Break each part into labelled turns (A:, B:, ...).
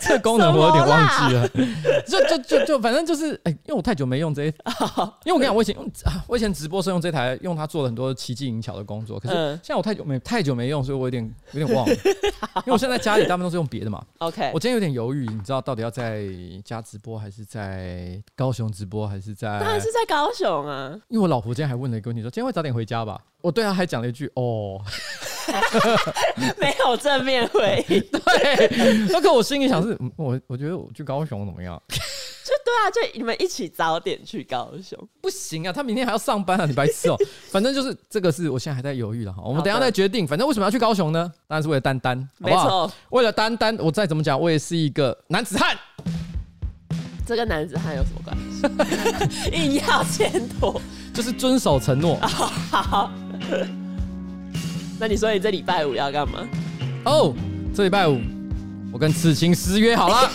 A: 这个功能我有点忘记了。就就就就反正就是，哎、因为我太久没用这一，因为我跟你讲，我以前用啊，我以前直播是用这台，用它做了很多奇技淫巧的工作。可是
B: 嗯
A: 现在我太久没太久没用，所以我有点有点忘了。因为我现在在家里大部分都是用别 的嘛。
B: OK，
A: 我今天有点犹豫，你知道到底要在家直播还是在高雄直播还是在？
B: 当然是在高雄啊。
A: 因为我老婆今天还问了一个问题，说今天会早点回家吧？我对她还讲了一句哦，
B: 没有正面回应， 就
A: 对。那可我心里想是，嗯我我觉得我去高雄怎么样？
B: 对啊，就你们一起早点去高雄。
A: 不行啊，他明天还要上班啊，你白痴哦、 反正就是这个是我现在还在犹豫了哈，我们等一下再决定。反正为什么要去高雄呢？当然是为了丹丹，好
B: 没
A: 不好？
B: 错，
A: 为了丹丹，我再怎么讲，我也是一个男子汉。
B: 这跟男子汉有什么关系？ 硬要牵拖。
A: 就是遵守承 诺
B: 好，那你说你这礼拜五要干嘛？
A: 哦。这礼拜五，我跟此情失约好 了，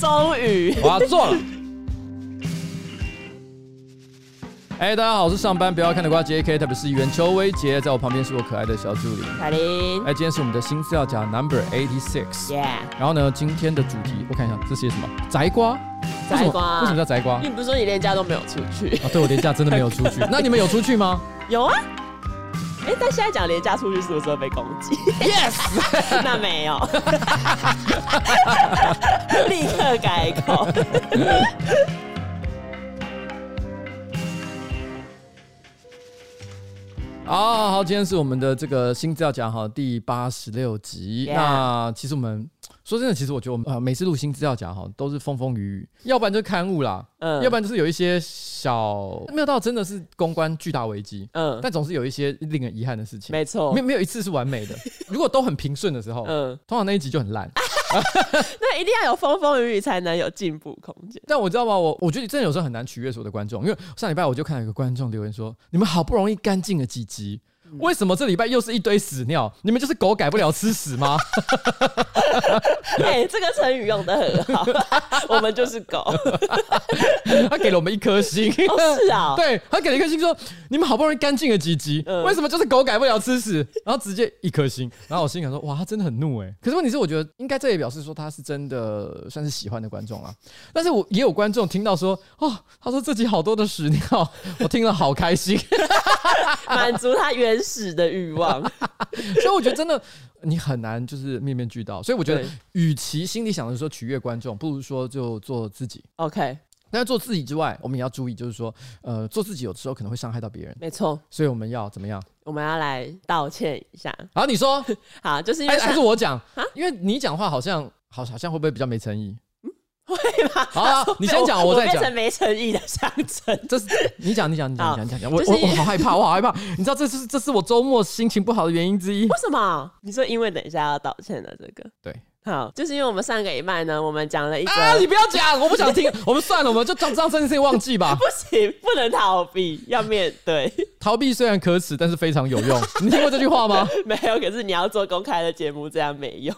B: 终于
A: 我要做了。哎、大家好，我是上班不要看的瓜杰 K，特别是议员邱威杰，在我旁边是我可爱的小助理。
B: 凯琳
A: 哎、今天是我们的新资料夹 Number Eighty Six。
B: ，Yeah，
A: 然后呢，今天的主题我看一下，这些什么宅瓜？为什
B: 摘
A: 么
B: 瓜
A: 为什么叫宅瓜？啊
B: 你不是说你连家都没有出去？
A: 啊，对我连假真的没有 出去。那你们有出去吗？
B: 有啊。哎、但现在讲连家出去是不是会被攻击？Yes，那 没 有，立刻改 口。
A: 啊，好，今天是我们的这个新资料夹哈第八十六集。
B: Yeah
A: 那其实我们说真的，其实我觉得我们呃每次录新资料夹哈都是风风雨雨，要不然就是刊物啦，
B: 嗯
A: 要不然就是有一些小没有到真的是公关巨大危机，
B: 嗯，
A: 但总是有一些令人遗憾的事情。
B: 没错
A: 没。没有一次是完 美的，如果都很平顺的时候，
B: 嗯，
A: 通常那一集就很烂。
B: 那一定要有风风雨雨才能有进步空 间。
A: 但我知道吗？我我觉得真的有时候很难取悦所有的观众，因为上礼拜我就看到有个观众留言说：“你们好不容易干净了几集，为什么这礼拜又是一堆屎尿？你们就是狗改不了吃屎 吗
B: 哎、这个成语用的很 好，我们就是狗。？”
A: 他给了我们一颗星。
B: 哦，是啊、
A: 对他给了一颗星说：“你们好不容易干净了几集，
B: 嗯
A: 为什么就是狗改不了吃屎？”然后直接一颗星。然后我心想说：“哇，他真的很怒哎、 可是问题是，我觉得应该这也表示说他是真的算是喜欢的观众啦。但是我也有观众听到说：“哦，他说这集好多的屎尿，我听了好开心。”
B: 满足他原始的欲望。
A: 所以我觉得真的你很难就是面面俱到，所以我觉得
B: 对，
A: 与其心里想着说取悦观众，不如说就做自己。
B: OK，
A: 但是做自己之外，我们也要注意，就是说，呃，做自己有的时候可能会伤害到别人，
B: 没错，
A: 所以我们要怎么样？
B: 我们要来道歉一下。
A: 然后你说，
B: 好， 哎就是因为
A: 还
B: 啊上
A: 还是我讲，因为你讲话好像好好像会不会比较没诚意？
B: 嗯会吗？
A: 好 啊你先讲
B: 我
A: 我再讲
B: 变成没诚意的象 征。
A: 这是你讲，你讲，你讲，你讲，你讲你讲，我
B: 就是
A: 我我好害怕，我好害怕。你知道这是这是我周末心情不好的原因之一。
B: 为什么？你说因为等一下要道歉的这个？
A: 对。
B: 好，就是因为我们上个礼拜呢，我们讲了一个、
A: 啊！你不要讲，我不想听。我们算了，我们就将将这件事情忘记吧
B: 不。行，不能逃避，要面对。
A: 逃避虽然可耻，但是非常有用。 你听过这句话吗？
B: 没有，可是你要做公开的节目，这样没用。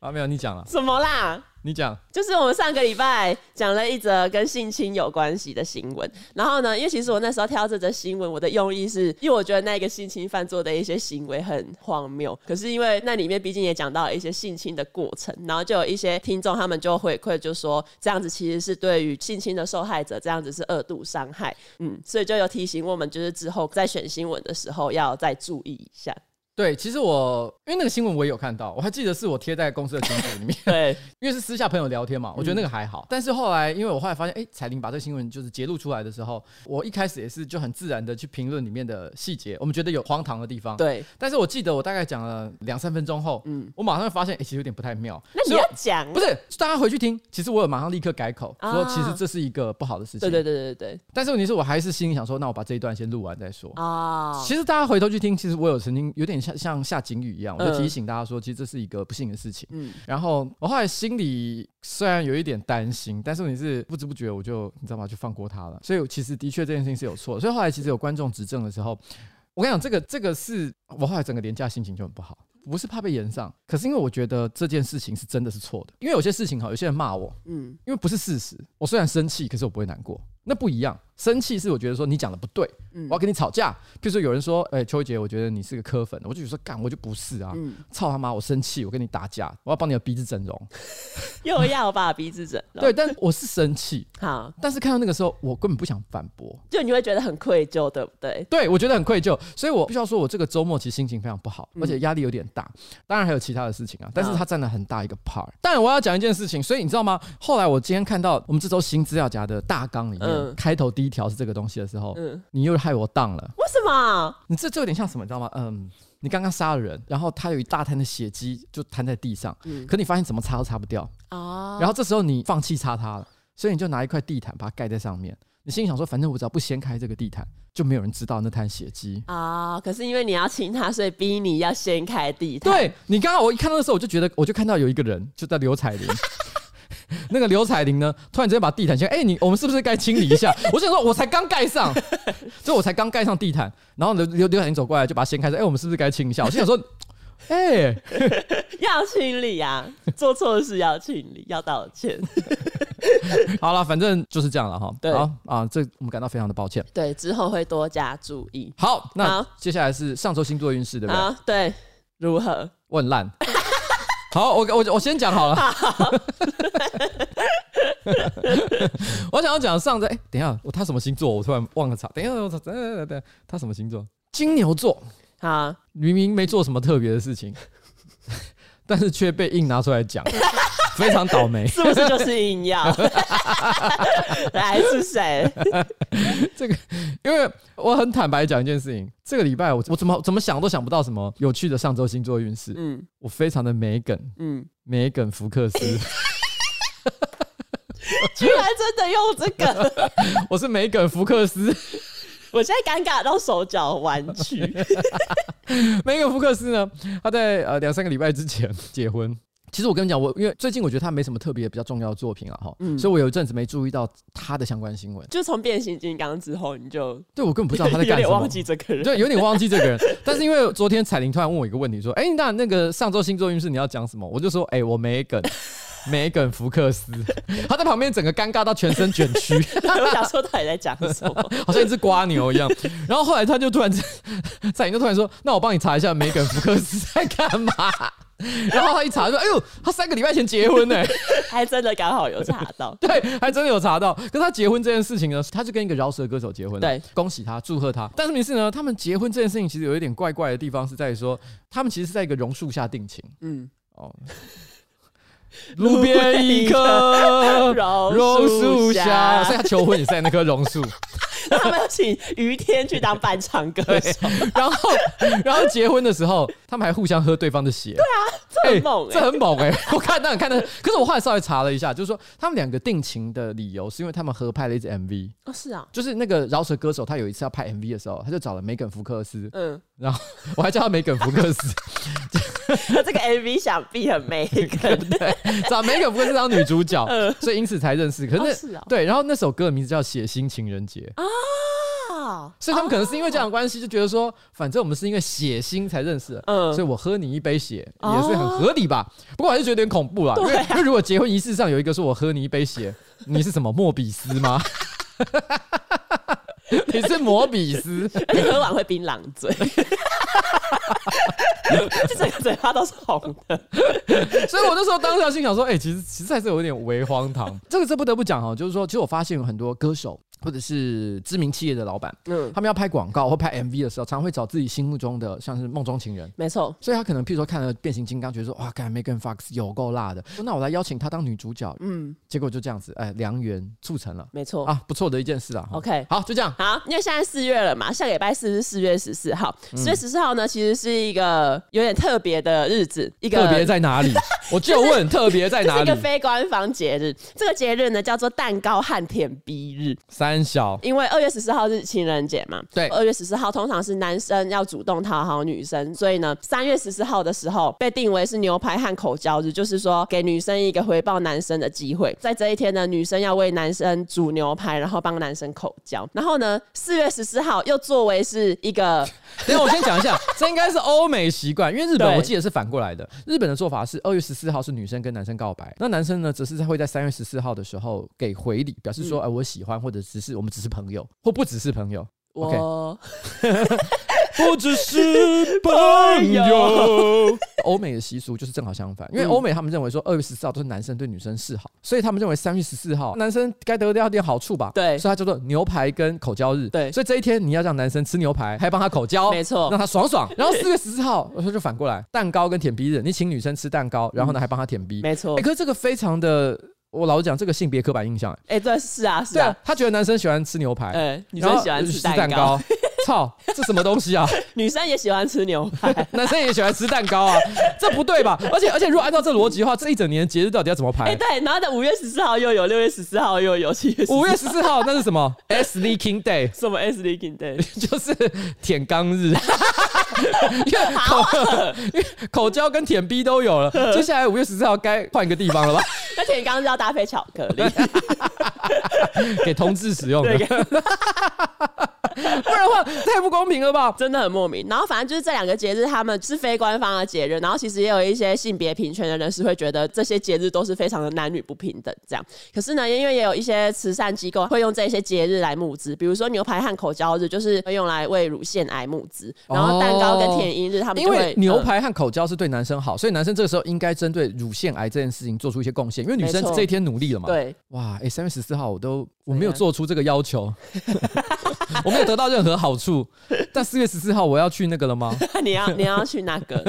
A: 啊，没有，你讲了，
B: 什么啦？
A: 你讲。
B: 就是我们上个礼拜讲了一则跟性侵有关系的新闻，然后呢，因为其实我那时候挑这则新闻，我的用意是因为我觉得那个性侵犯做的一些行为很荒谬，可是因为那里面毕竟也讲到了一些性侵的过程，然后就有一些听众他们就回馈就说这样子其实是对于性侵的受害者这样子是二度伤害，嗯，所以就有提醒我们就是之后在选新闻的时候要再注意一下，，
A: 对，其实我因为那个新闻我也有看到，我还记得是我贴在公司的群组里 面
B: 对，
A: 因为是私下朋友聊天嘛，我觉得那个还好。但是后来，因为我后来发现，哎、彩玲把这个新闻就是揭露出来的时候，我一开始也是就很自然的去评论里面的细节，我们觉得有荒唐的地方。。
B: 对，
A: 但是我记得我大概讲了两三分钟后，嗯，我马上发现，哎、其实有点不太妙。
B: 那你
A: 所以
B: 要
A: 我
B: 讲，
A: 不是大家回去听，其实我有马上立刻改口，
B: 啊
A: 说其实这是一个不好的事情。
B: 对对对对对
A: 但是问题是我还是心里想说，那我把这一段先录完再说。
B: 啊，
A: 其实大家回头去听，其实我有曾经有点像像下警语一样，我就
B: 嗯
A: 提醒大家说，其实这是一个不幸的事情。
B: 嗯。
A: 然后我后来心里虽然有一点担心，但是你是不知不觉我就你知道吗，就放过他了。所以其实的确这件事情是有错的，所以后来其实有观众指正的时候，我跟你讲，这个这个是我后来整个廉价心情就很不好。不是怕被延上，可是因为我觉得这件事情是真的是错的，因为有些事情哈，有些人骂我，
B: 嗯
A: 因为不是事实。我虽然生气，可是我不会难过，那不一样。生气是我觉得说你讲的不对，
B: 嗯
A: 我要跟你吵架。譬如说有人说，哎、秋姐，我觉得你是个磕粉，我就觉得说干，我就不是啊，
B: 嗯，
A: 操他妈，我生气，我跟你打架，我要帮你的鼻子整容。
B: 又要把鼻子整了。
A: 对，，但我是生气，
B: 好，
A: 但是看到那个时候，我根本不想反驳。
B: 就你会觉得很愧疚，对不对？
A: 对，我觉得很愧疚，所以我必须要说，我这个周末其实心情非常不好，
B: 嗯
A: 而且压力有点大。当然还有其他的事情啊，但是它占了很大一个 part。当然我要讲一件事情，所以你知道吗？后来我今天看到我们这周新资料夹的大纲里面、
B: 嗯
A: 开头第一条是这个东西的时候，
B: 嗯，
A: 你又害我当了。
B: 为什么？
A: 你这这有点像什么，你知道吗？嗯，你刚刚杀了人，然后他有一大滩的血迹就摊在地上，
B: 嗯
A: 可你发现怎么擦都擦不掉，
B: 哦，
A: 然后这时候你放弃擦它了，所以你就拿一块地毯把它盖在上面。你心里想说，反正我只要不掀开这个地毯，就没有人知道那滩血迹。
B: 啊、可是因为你要亲他，所以逼你要掀开地 毯。
A: 对你刚刚我一看到的时候，我就觉得，我就看到有一个人就在刘彩玲。 那个刘彩玲呢，突然之间把地毯掀，哎、你我们是不是该清理一下？我想说，我才刚盖 上，所以我才刚盖上地毯，然后刘刘刘彩玲走过来就把它掀开，说，哎、我们是不是该清一下？我心想说，哎、
B: 要清理啊，做错事要清理，要道歉。
A: 好了，反正就是这样了哈。
B: 对
A: 好啊，这我们感到非常的抱歉。
B: 对，之后会多加注意。
A: 好，那
B: 好
A: 接下来是上周星座运势，对不对？
B: 啊，对，如何？
A: 我很烂。好，我我我先讲好了。 我想要讲上周，哎、等一下，我他什么星座？我突然忘了查。等一下，我等等等等，他什么星座？金牛座，
B: 好，
A: 明明没做什么特别的事情， 但是却被硬拿出来 讲，非常倒霉。
B: 是不是就是 硬要？ 来是谁？
A: 因为我很坦白讲一件事情，这个礼拜我我怎么怎么想都想不到什么有趣的上周星座运势，
B: 嗯
A: 我非常的没梗，
B: 嗯，
A: 没梗福克斯，
B: 居然真的用这个，
A: 我是没梗福克斯，
B: 我现在尴尬到手脚弯曲。
A: 梅根福克斯呢，他在呃两三个礼拜之前结婚。其实我跟你讲，我因为最近我觉得他没什么特别比较重要的作品了哈，
B: 嗯
A: 所以我有一阵子没注意到他的相关新闻。
B: 就从变形金刚之后，你就
A: 对我根本不知道他在
B: 有
A: 干什
B: 点
A: 么
B: 忘，记这个人。
A: 对，有点忘记这个人。但是因为昨天彩玲突然问我一个问题，说：“哎、那那个上周星座运势你要讲什么？”我就说：“哎、我没梗，没梗福克斯。”他在旁边整个尴尬到全身卷曲。
B: 我想说到底在讲什么？
A: 好像一只瓜牛一样。然后后来他就突然之，彩玲就突然说：“那我帮你查一下梅根福克斯在干嘛。”然后他一查就说：“哎呦，他三个礼拜前结婚呢、
B: 还真的刚好有查到。
A: 对，还真的有查到。可是他结婚这件事情呢，他就跟一个饶舌歌手结婚了，
B: 对，
A: 恭喜他，祝贺他。但是没事呢，他们结婚这件事情其实有一点怪怪的地方是在于说，他们其实是在一个榕树下定情
B: 嗯，
A: 哦。路边一棵
B: 榕
A: 榕
B: 树
A: 树下，
B: 下
A: 所以他求婚也是在那棵榕树。
B: 他们要请于天去当伴唱歌手，
A: 然后， 然后结婚的时候，他们还互相喝对方的血。对
B: 啊这很猛
A: 这
B: 哎、
A: 很猛哎、 我看到看到，可是我后来稍微查了一下，就是说他们两个定情的理由是因为他们合拍了一支 MV，
B: 哦，是啊，
A: 就是那个饶舌歌手他有一次要拍 MV 的时候，他就找了梅根福克斯，
B: 嗯，
A: 然后我还叫他梅根福克斯，
B: 那这个 MV 想必很 美感。
A: 找梅根福克斯当女主角
B: 嗯，
A: 所以因此才认识。可是那、
B: 哦是哦
A: 对，然后那首歌的名字叫《血腥情人节》。
B: 啊，
A: 所以他们可能是因为这样的关系，就觉得说，反正我们是因为血腥才认识的，
B: 嗯
A: 所以我喝你一杯血
B: 哦
A: 也是很合理吧？不过我还是觉得有点恐怖啊啦，因为因为如果结婚仪式上有一个说我喝你一杯血，你是什么莫比斯吗？你是摩比斯，
B: 而且喝完会槟榔 嘴，就整个嘴巴都是红的。
A: 所以我那时候当时心想说，哎、其实其实还是有点微荒唐。这个这不得不讲哈，就是说，其实我发现有很多歌手或者是知名企业的老板，
B: 嗯，
A: 他们要拍广告或拍 MV 的时候，常会找自己心目中的像是梦中情人，
B: 没错，
A: 所以他可能譬如说看了《变形金刚》，觉得说哇，干 Megan Fox 有够辣的，那我来邀请她当女主角，
B: 嗯，
A: 结果就这样子，哎，良缘促成了
B: 没错。
A: 啊，不错的一件事啊。哈
B: OK
A: 好，就这样。
B: 好，因为现在四月了嘛，下个礼拜四是四月十四号。四月十四号呢，其实是一个有点特别的日子，一个
A: 特别在 哪里？我就问特别在
B: 这是
A: 哪
B: 一
A: 里
B: 个？非官方节日。这个节日呢，叫做蛋糕和甜逼日。
A: 三小
B: 因为二月十四号是情人节嘛，
A: 对
B: 二月十四号通常是男生要主动讨好女生，所以呢，三月十四号的时候被定为是牛排和口交日，就是说给女生一个回报男生的机会。在这一天呢，女生要为男生煮牛排，然后帮男生口交。然后呢，四月十四号又作为是一个
A: 等一下我先 讲一下，这应该是欧美习惯，因为日本
B: 对
A: 我记得是反过来的。日本的做法是二月十四号是女生
B: 嗯
A: 跟男生告白，那男生呢则是会在三月十四号的时候给回礼，表示说哎、我喜欢或者只是我们只是朋友，或不只是朋友，OK
B: 我
A: 不只是朋友。 欧美的习俗就是正好相反，因为
B: 嗯
A: 欧美他们认为说二月十四号都是男生对女生示好，所以他们认为三月十四号男生该得到点好处吧？
B: 对
A: 所以他叫做牛排跟口交日。
B: 对
A: 所以这一天你要让男生吃牛排，还帮他口交，
B: 没错
A: 让他爽 爽。然后四月十四号，我说就反过来，蛋糕跟舔逼日，你请女生吃蛋糕，然后呢还帮她舔逼。
B: 没错
A: 哎，，可是这个非常的，我老实讲，这个性别刻板印象，哎
B: 哎，对，是啊，是
A: 对
B: 啊
A: 啊，，他觉得男生喜欢吃牛排，
B: 哎，女
A: 然
B: 生
A: 后
B: 喜欢
A: 就
B: 吃
A: 蛋
B: 蛋，
A: 糕。操，这什么东西啊？
B: 女生也喜欢吃牛排。
A: 男生也喜欢吃蛋糕啊， 这不对吧？而且而且，如果按照这逻辑的话，这一整年的节日到底要怎么排？
B: 哎，对，然后在五月十四号又有，六月十四号又有，七月
A: 五
B: 月
A: 月十四号那是什 么？S D King Day，
B: 什么 S Leaking Day，
A: 就是舔肛日。 因为口 因为口交跟舔逼都 有了，接下来五月十四号该换一个地方了吧？
B: 那田刚是要搭配巧克力，
A: 给同志使用的，
B: 对
A: 不然的话太不公平了吧？
B: 真的很莫名。然后反正就是这两个节日，他们是非官方的节日，然后其实也有一些性别平权的人士会觉得这些节日都是非常的男女不平等这样。可是呢，因为也有一些慈善机构会用这些节日来募资，比如说牛排和口交日就是会用来为乳腺癌募资，然后蛋糕跟舔阴日他们
A: 因
B: 就会
A: 为牛、
B: 嗯
A: 排和口交是对男生好，所以男生这个时候应该针对乳腺癌这件事情做出一些贡献，因为女生
B: 没错
A: 这一天努力了嘛。
B: 对
A: 哇，哎、三月十四号我都我
B: 样
A: 没有做出这个要求， 我没有得到任何好处。但四月十四号我要去那个了吗？
B: 你要你要去那个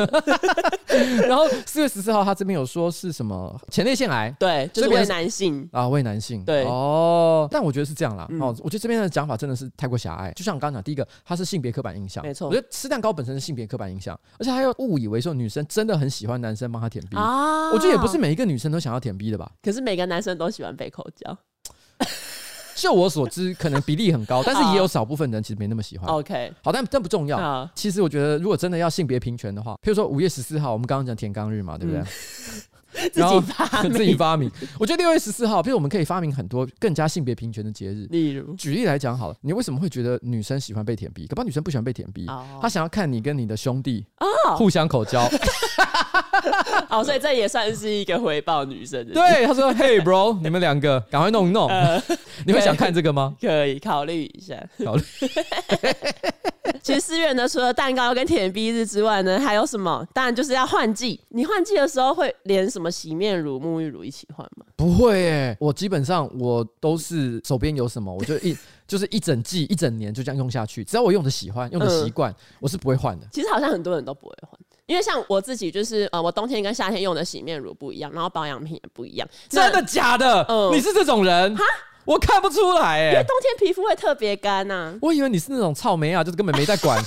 A: 然后四月十四号他这边有说是什么前列腺癌
B: 对， 就是
A: 这边
B: 为
A: 是
B: 男性。
A: 啊，为男性
B: 对嗯
A: 哦，但我觉得是这样啦。哦，我觉得这边的讲法真的是太过狭隘。就像我刚刚讲，第一个它是性别刻板印象，
B: 没错
A: 我觉得吃蛋糕本身是性别刻板印象，而且还有误以为说女生真的很喜欢男生帮她舔逼。
B: 啊
A: 我觉得也不是，每一个女生都想要舔逼的吧？
B: 可是每个男生都喜欢被口交。
A: 就我所知，可能比例很高，但是也有少部分人其实没那么喜欢。
B: OK，
A: 好，但但不重要。
B: 好，
A: 其实我觉得，如果真的要性别平权的话，譬如说五月十四号，我们刚刚讲田刚日嘛，对不对？
B: 自
A: 然
B: 己
A: 后
B: 发 明
A: 自己发明。我觉得六月十四号，譬如我们可以发明很多更加性别平权的节日。
B: 例如
A: 举例来讲好了，你为什么会觉得女生喜欢被舔逼？可怕女生不喜欢被舔逼，
B: 哦
A: 她想要看你跟你的兄弟互相口交。
B: 哦，所以这也算是一个回报女生的，，
A: 对，啊她说：“Hey bro，你们两个赶快弄一弄。 你会想看这个吗？
B: 可以考虑一下。
A: 考虑
B: 其实四月呢，除了蛋糕跟舔逼日之外呢，还有什么？当然就是要换季。你换季的时候会连什么洗面乳、沐浴乳一起换吗？
A: 不会耶、我基本上我都是手边有什么，我就一 就是一整季一整年就这样用下去，只要我用的喜欢，用的习惯，我是不会换的。
B: 其实好像很多人都不会换，因为像我自己就是呃，我冬天跟夏天用的洗面乳不一样，然后保养品也不一样。那
A: 真的假的？
B: 嗯
A: 你是这种人？我看不出来哎、
B: 因为冬天皮肤会特别干啊呐、
A: 我以为你是那种草莓啊，就是根本没在 管。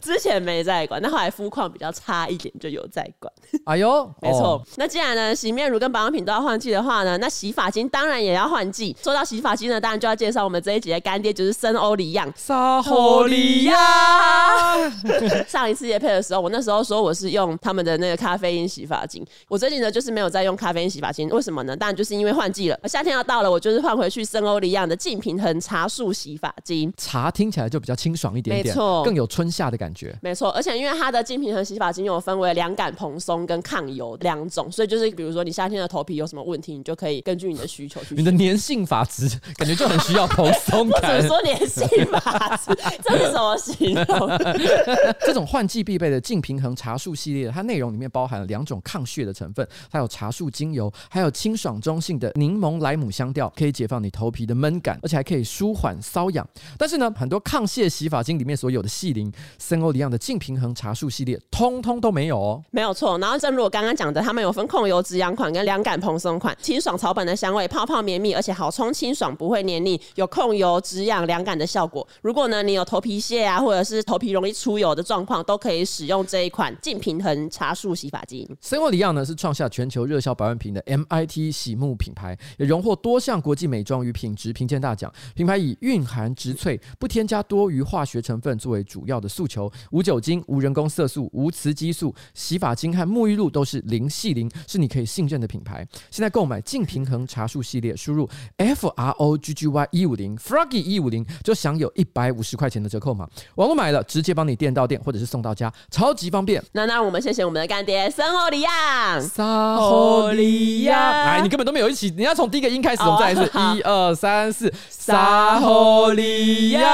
B: 之前没在管，但后来肤况比较差一点就有在管。
A: 哎呦，
B: 没错，
A: 哦
B: 那既然呢洗面乳跟保养品都要换季的话呢，那洗发精当然也要换季。说到洗发精呢，当然就要介绍我们这一集的干爹就是森欧里漾。
A: 沙hồ 利亚，
B: 上一次夜配的时候，我那时候说我是用他们的那个咖啡因洗发精，我最近呢就是没有在用咖啡因洗发精，为什么呢？当然就是因为换季了，夏天要到了，我就是换回去森欧里漾的净平衡茶树洗发精。
A: 茶听起来就比较清爽一点点，
B: 没错
A: 更有春夏的感觉。
B: 没错，而且因为它的净平衡洗发精有分为凉感蓬松跟抗油两种，所以就是比如说你夏天的头皮有什么问题，你就可以根据你的需求去
A: 你的粘性发质感觉就很需要蓬松
B: 不
A: 感
B: 准， 说粘性发质，这是什么形容？
A: 这种换季必备的净平衡茶树系列，它内容里面包含了两种抗屑的成分，还有茶树精油，还有清爽中性的柠檬莱姆香调，可以解放你头皮的闷感，而且还可以舒缓瘙痒。但是呢，很多抗屑洗发精里面所有的细鳞，森欧里漾的净平衡茶树系列，通通都没有哦。
B: 没有错。然后正如我刚刚讲的，他们有分控油止痒款跟凉感蓬松款，清爽草本的香味，泡泡绵密，而且好冲清爽，不会黏腻，有控油止痒凉感的效果。如果呢你有头皮屑啊，或者是头皮容易出油的状况，都可以使用这一款净平衡茶树洗发精。
A: 森欧里漾呢是创下全球热销百万瓶的 MIT 洗沐品牌，也荣获多项国际美妆与品质评鉴大奖。品牌以蕴含植萃、不添加多余化学成分作为主要的诉求，无酒精、无人工色素、无雌激素，洗发精和沐浴露都是零系零，是你可以信任的品牌。现在购买净平衡茶树系列，输入 F R O G G Y E 一五零 Froggy 一五零，就享有一百五十块钱的折扣码。网络买了，直接帮你电到店，或者是送到家，超级方便。
B: 那那我们谢谢我们的干爹森欧里亚。
A: 撒
B: 吼
A: 吼
B: 利
A: 利
B: 亚
A: 亚，哎，你根本都没有一起，你要从第一个音开始，我们再来一次，
B: 哦 好
A: 一二三四，撒吼利亚。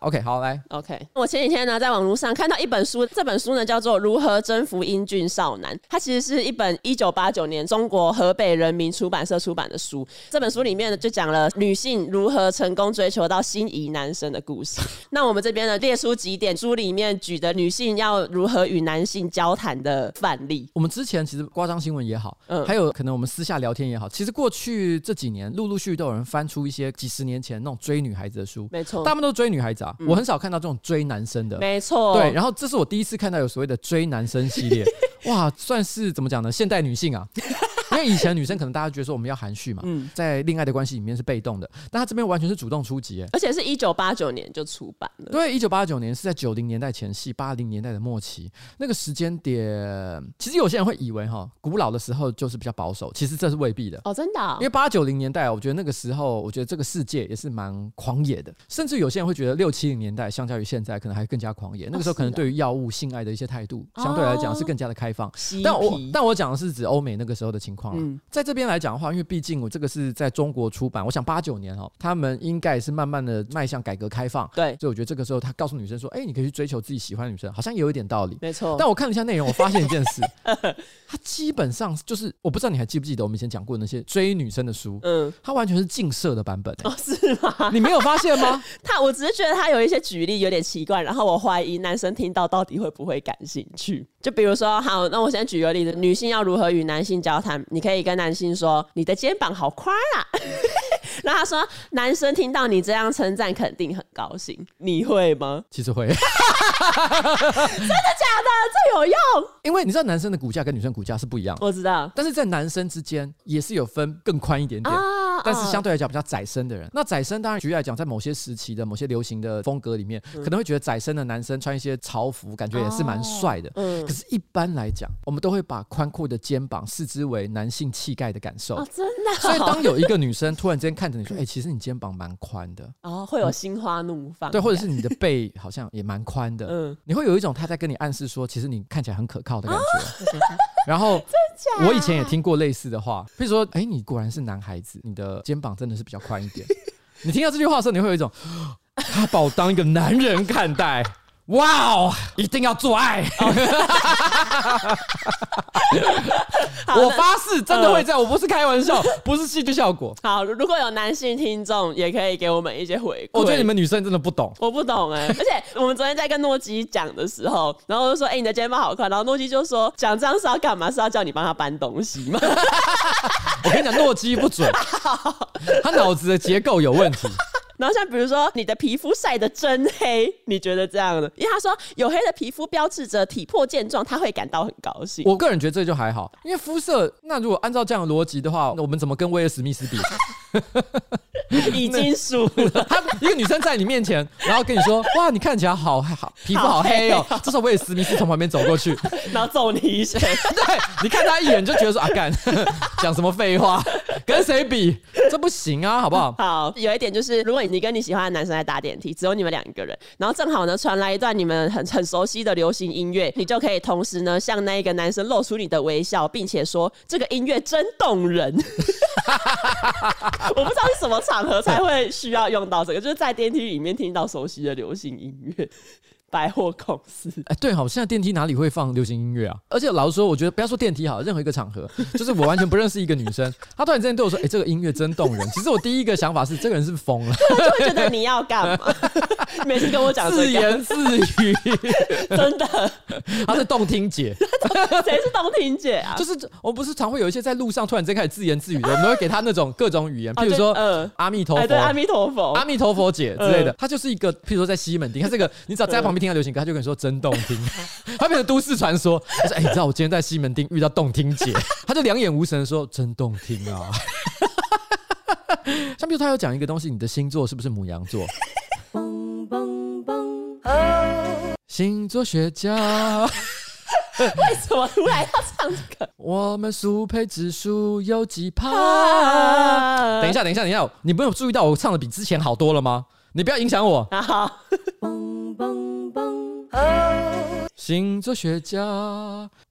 A: OK，好，来，
B: OK，我前几天呢在网络上看到一本书，这本书呢叫做《如何征服英俊少男》，它其实是一本一九八九年中国河北人民出版社出版的书。这本书里面呢就讲了女性如何成功追求到心仪男生的故事。 那我们这边呢列出几点书里面举的女性要如何与男性交谈的范例。
A: 我们之前其实夸张新闻也好，
B: 嗯
A: 还有可能我们私下聊天也好，其实过去这几年陆陆续续都有人翻出一些几十年前那种追女孩子的书，
B: 没错嗯
A: 大，部分都追女孩子啊，我很少看到这种追男生的。
B: 没错，
A: 对，然后这是我第一次看到有所谓的追男生系列，哇，算是怎么讲呢？现代女性啊，因为以前女生可能大家觉得说我们要含蓄嘛，
B: 嗯
A: 在恋爱的关系里面是被动的，但她这边完全是主动出击、欸。
B: 而且是一九八九年就出版了。
A: 对，一九八九年是在九零年代前夕，八零年代的末期，那个时间点，其实有些人会以为哈，古老的时候就是比较保守，其实这是未必的。
B: 哦，真的啊、
A: 因为八九零年代，我觉得那个时候，我觉得这个世界也是蛮狂野的，甚至有些人会觉得六七零年代相较于现在，可能还更加狂野。那个时候可能
B: 啊是的哦
A: 对于药物、性爱的一些态度，相对来讲是更加的开放。
B: 嬉
A: 但我
B: 皮
A: 但我讲的是指欧美那个时候的情况、
B: 嗯
A: 嗯、在这边来讲的话，因为毕竟我这个是在中国出版，我想八九年哦，他们应该也是慢慢的迈向改革开放，
B: 对，
A: 所以我觉得这个时候他告诉女生说，哎、你可以去追求自己喜欢的女生，好像也有一点道理。
B: 没错。
A: 但我看了一下内容，我发现一件 事，他基本上就是我不知道你还记不记得我们以前讲过那些追女生的书，
B: 嗯，
A: 它完全是近射的 版本、欸
B: 哦，是吗？
A: 你没有发现吗？
B: 他，我只是觉得他有一些举例有点奇怪，然后我怀疑男生听到到底会不会感兴趣。就比如说，好，那我先举个例子，女性要如何与男性交谈？你可以跟男性说：“你的肩膀好宽啊。” 然后他说：“男生听到你这样称赞，肯定很高兴。”你会吗？
A: 其实会，
B: 真的假的？这有用？
A: 因为你知道男生的骨架跟女生骨架是不一样的，
B: 我知道
A: 但是在男生之间也是有分更宽一点点。
B: 啊，嗯
A: 但是相对来讲比较窄身的人，那窄身当然举例来讲，在某些时期的某些流行的风格里面，
B: 嗯
A: 可能会觉得窄身的男生穿一些潮服，感觉也是蛮帅的。
B: 嗯
A: 可是，一般来讲，我们都会把宽阔的肩膀视之为男性气概的感受。
B: 哦，真的哦，
A: 所以当有一个女生突然之间看着你
B: 嗯
A: 说：“哎、其实你肩膀蛮宽的，
B: 哦会有心花怒放，
A: 对，或者是你的背好像也蛮宽的。”
B: 嗯，
A: 你会有一种她在跟你暗示说，其实你看起来很可靠的感 觉。然后
B: 假
A: 我以前也听过类似的话，比如说：“哎、你果然是男孩子，你的肩膀真的是比较宽一点。” 你听到这句话的时候，你会有一种 他把我当一个男人看待。哇哦！一定要做爱！
B: 好
A: 我
B: 那嗯
A: 发誓，真的会这样，我不是开玩笑，不是戏剧效果。
B: 好，如果有男性听众，也可以给我们一些回馈。
A: 我觉得你们女生真的不懂。
B: 我不懂哎、而且我们昨天在跟诺基讲的时候，然后我就说：“哎、你的肩膀好宽。”然后诺基就说：“讲这样是要干嘛？是要叫你帮他搬东西吗
A: 我跟你讲，诺基不 准，他脑子的结构有 问题。？”
B: 然后像比如说你的皮肤晒得真黑，你觉得这样呢？因为他说黝黑的皮肤标志着体魄健壮，他会感到很高兴。
A: 我个人觉得这就还好，因为肤色，那如果按照这样的逻辑的话，那我们怎么跟威尔史密 斯比？
B: 已经输了，
A: 他一个女生在你面前，然后跟你说：“哇，你看起来好好，皮肤好黑哦。”这时候威尔史密斯从旁边走过 去，
B: 然后揍你一拳。
A: 对，你看他一眼就觉得说：“啊，干，讲什么废话，跟谁比？这不行啊，好不好？”
B: 好，有一点就是，如果你跟你喜欢的男生在搭电梯，只有你们两个人，然后正好呢传来一段你们很很熟悉的流行音乐，你就可以同时呢向那一个男生露出你的微笑，并且说这个音乐真动人。我不知道是什么场合才会需要用到这个，就是在电梯里面听到熟悉的流行音乐， 百货公司。
A: 哎，对好，现在电梯哪里会放流行音乐啊？而且老实说，我觉得不要说电梯好了，任何一个场合，就是我完全不认识一个女生，她突然之间对我说：“哎、这个音乐真动人。”其实我第一个想法是，这个人是不是疯了，
B: 就会觉得你要干 嘛？你每次跟我讲
A: 自
B: 这个，
A: 言自语，
B: 真的，
A: 她是动听姐，
B: 谁是动听姐啊？
A: 就是我不是常会有一些在路上突然之间开始自言自语的，我们都会给她那种各种语言，
B: 啊
A: 譬如说、
B: 对嗯
A: 阿弥陀
B: 哎，
A: 佛。
B: 对，阿弥陀佛，
A: 阿弥陀佛姐之类的，她就是一个，譬如说在西门町，她这个你只要在旁边听她流行歌，她就跟你说真动听，她变成都市传说。她说：“哎、你知道我今天在西门町遇到动听姐，她就两眼无神地说真动听啊。” 像比如她有讲一个东西，你的星座是不是母羊座？
C: 蹦蹦蹦，
A: 星座学家，
B: 为什么突然要唱这 个？
A: 我们速配指数有几 趴？
B: 啊
A: 等一，下，等一下，等一下，你没有注意到我唱的比之前好多了吗？你不要影响我。
B: 啊好，
C: 蹦蹦蹦，
A: 星座学家，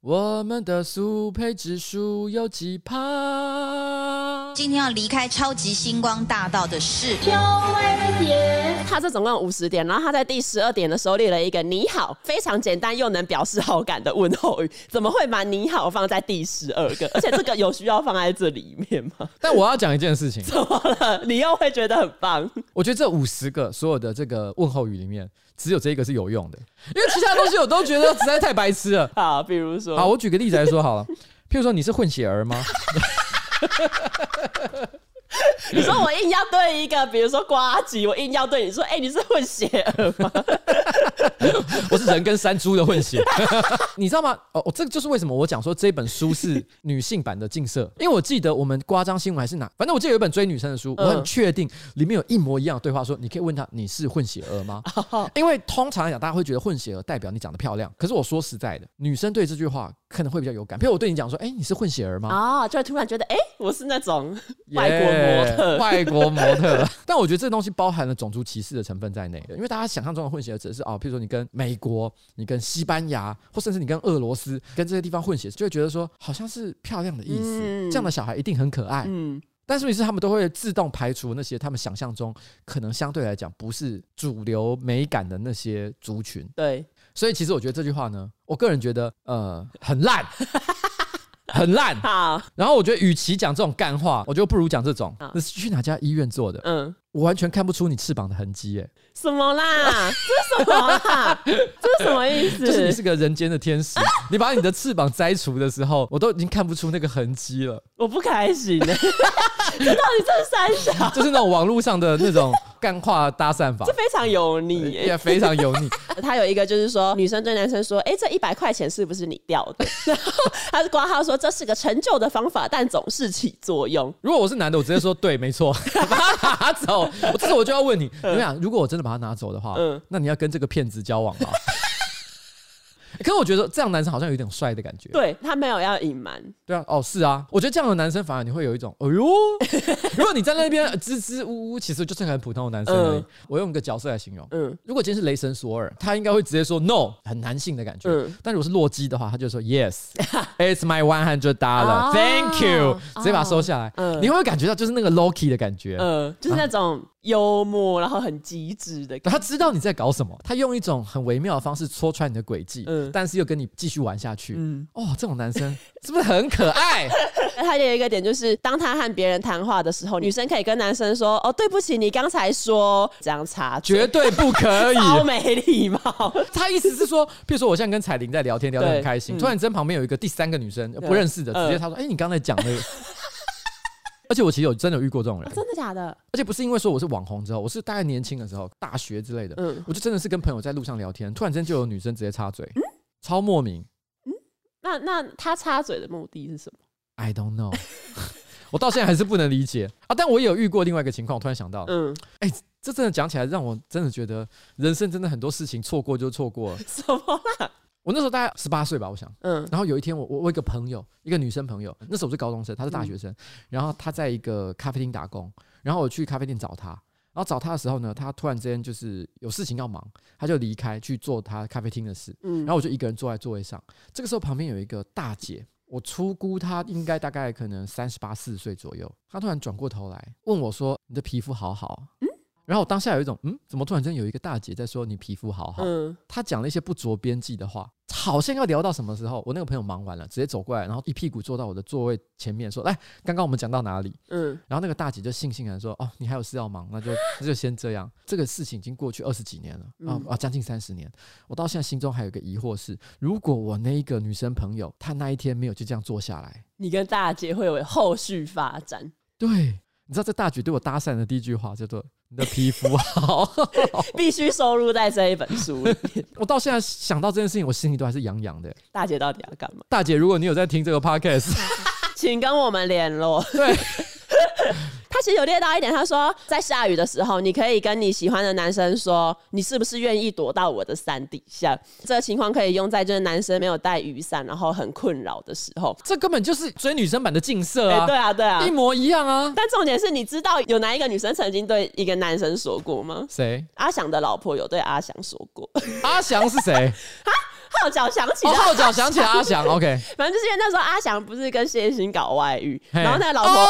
A: 我们的速配指数有几趴？
D: 今天要离开超级星光大道的是。
B: 他这总共五十点，然后他在第十二点的时候列了一个“你好”，非常简单又能表示好感的问候语，怎么会把“你好”放在第十二 个？而且这个有需要放在这里面吗？
A: 但我要讲一件事情，
B: 怎么了？你又会觉得很棒？
A: 我觉得这五十个所有的这个问候语里面，只有这一个是有用的，因为其他东西我都觉得实在太白痴了。
B: 好，比如说，
A: 好，我举个例子来说好了，譬如说你是混血儿吗？
B: 你说我硬要对一个，比如说瓜吉，我硬要对你说，哎、你是混血儿吗？
A: 我是人跟山猪的混血， 你知道吗？哦，哦这个就是为什么我讲说这本书是女性版的《镜色》，因为我记得我们夸张新闻还是哪，反正我记得有一本追女生的书，
B: 嗯
A: 我很确定里面有一模一样的对话说，你可以问她你是混血儿吗？因为通常来讲，大家会觉得混血儿代表你长得漂亮，可是我说实在的，女生对这句话可能会比较有感，譬如我对你讲说，哎、你是混血儿吗？
B: 啊、就会突然觉得，哎、我是那种外国模特
A: Yeah，外国模特。 但我觉得这东西包含了种族歧视的成分在内，因为大家想象中的混血只是啊，譬如说你跟美国、你跟西班牙，或甚至你跟俄罗斯、跟这些地方混血，就会觉得说好像是漂亮的意思，
B: 嗯
A: 这样的小孩一定很可爱。
B: 嗯，
A: 但是问题是，他们都会自动排除那些他们想象中可能相对来讲不是主流美感的那些族群。
B: 对，
A: 所以其实我觉得这句话呢，我个人觉得呃很烂， 很烂。
B: 好，
A: 然后我觉得，与其讲这种干话，我就不如讲这种，
B: 啊
A: 那是去哪家医院做的？
B: 嗯，
A: 我完全看不出你翅膀的痕迹，哎，
B: 什么啦？这是什么啦？这是什么意思？
A: 就是你是个人间的天
B: 啊
A: 使，你把你的翅膀摘除的时候，我都已经看不出那个痕迹了，
B: 我不开心、欸， 这到底这是三小？
A: 就是那种网络上的那种干话搭讪法
B: 这，非常油腻、欸
A: 也。非常油腻。
B: 他有一个就是说，女生对男生说：“哎、这一百块钱是不是你掉的？” 然后他是挂号说：“这是个陈旧的方法，但总是起作用。
A: 如果我是男的，我直接说对，没错， 把它拿走。我这时候我就要问你，你们想，如果我真的把它拿走的话，
B: 嗯
A: 那你要跟这个骗子交往吗？ 可是我觉得这样男生好像有一点帅的感觉。”
B: 对他没有要隐瞒，
A: 对啊，哦，是啊，我觉得这样的男生反而你会有一种，哎呦，如果你站在那边呃支支吾吾，其实就是很普通的男生而已。
B: 嗯
A: 我用一个角色来形容，
B: 嗯
A: 如果今天是雷神索尔，他应该会直接说 no，很男性的感觉。
B: 嗯
A: 但如果是洛基的话，他就说 yes，it's my one hundred dollar，thank you，、直接把它收下来。
B: 哦嗯
A: 你会不会感觉到就是那个 Loki 的感觉？
B: 嗯，就是那种幽默，然后很机智的 感
A: 他知道你在搞什么，他用一种很微妙的方式戳穿你的轨迹，
B: 嗯
A: 但是又跟你继续玩下去。
B: 嗯
A: 哦，这种男生 是不是很可爱？
B: 觉。他有一个点就是，当他和别人谈话的时候，女生可以跟男生说：“哦，对不起，你刚才说这样插嘴
A: 绝对不可以，
B: 超没礼貌。哦
A: 他意思是说，譬如说我现在跟彩玲在聊天，聊得很
B: 对
A: 开心，
B: 嗯
A: 突然间旁边有一个第三个女生不认识的，
B: 嗯
A: 直接她说：“哎、你刚才讲那个。”而且我其实有真的有遇过这种人，
B: 真的假的？
A: 而且不是因为说我是网红之后，我是大概年轻的时候，大学之类的，
B: 嗯，
A: 我就真的是跟朋友在路上聊天，突然间就有女生直接插嘴，超莫名
B: 那那他插嘴的目的是什么？
A: ，I don't know，我到现在还是不能理解啊。但我也有遇过另外一个情况，我突然想到，
B: 嗯，
A: 这真的讲起来让我真的觉得人生真的很多事情错过就错过了。
B: 什么啦？
A: 我那时候大概十八岁吧，我想。
B: 嗯
A: 然后有一天我，我我有一个朋友，一个女生朋友，那时候我是高中生，她是大学
B: 嗯
A: 生，然后她在一个咖啡厅打工，然后我去咖啡店找她，然后找她的时候呢，她突然之间就是有事情要忙，她就离开去做她咖啡厅的事，
B: 嗯，
A: 然后我就一个人坐在座位上，这个时候旁边有一个大姐。我初估她应该大概可能三十八四十岁左右，她突然转过头来问我说：“你的皮肤好好。”嗯，然后我当下有一种嗯，怎么突然间有一个大姐在说你皮肤好啊好？
B: 嗯
A: 他讲了一些不着边际的话，好像要聊到什么时候。我那个朋友忙完了，直接走过来，然后一屁股坐到我的座位前面，说：“来，刚刚我们讲到哪里
B: 嗯？”，
A: 然后那个大姐就悻悻然说：“哦，你还有事要忙，那就 那就先这样。这个事情已经过去二十几年了，啊
B: 嗯
A: 啊，将近三十年。我到现在心中还有一个疑惑是，如果我那一个女生朋友，她那一天没有就这样坐下来，
B: 你跟大姐会有后续发展，
A: 哦对，你知道这大姐对我搭讪的第一句话叫做‘你的皮肤好’，
B: 必须收录在这一本书里面。
A: 我到现在想到这件事情，我心里都还是痒痒的。
B: 大姐到底要干嘛？
A: 大姐，如果你有在听这个 podcast。”
B: 请跟我们联络。
A: 对，
B: 他他其实有列到一点，他说在下雨的时候，你可以跟你喜欢的男生说，你是不是愿意躲到我的伞底下？这个情况可以用在就是男生没有带雨伞，然后很困扰的时候。
A: 这根本就是追女生版的近色
B: 哎、
A: 啊，
B: 对啊，对啊
A: 一。模一样啊。
B: 但重点是你知道有哪一个女生曾经对一个男生说过吗？
A: 谁？
B: 阿翔的老婆有对阿翔说过，
A: 阿翔是 谁？
B: 号角响起
A: 哦，
B: 了，
A: 号角响起了阿翔。OK，
B: 反正就是因为那时候阿翔不是跟谢欣搞外遇，
A: 嘿
B: 然后那个老婆、
A: 哦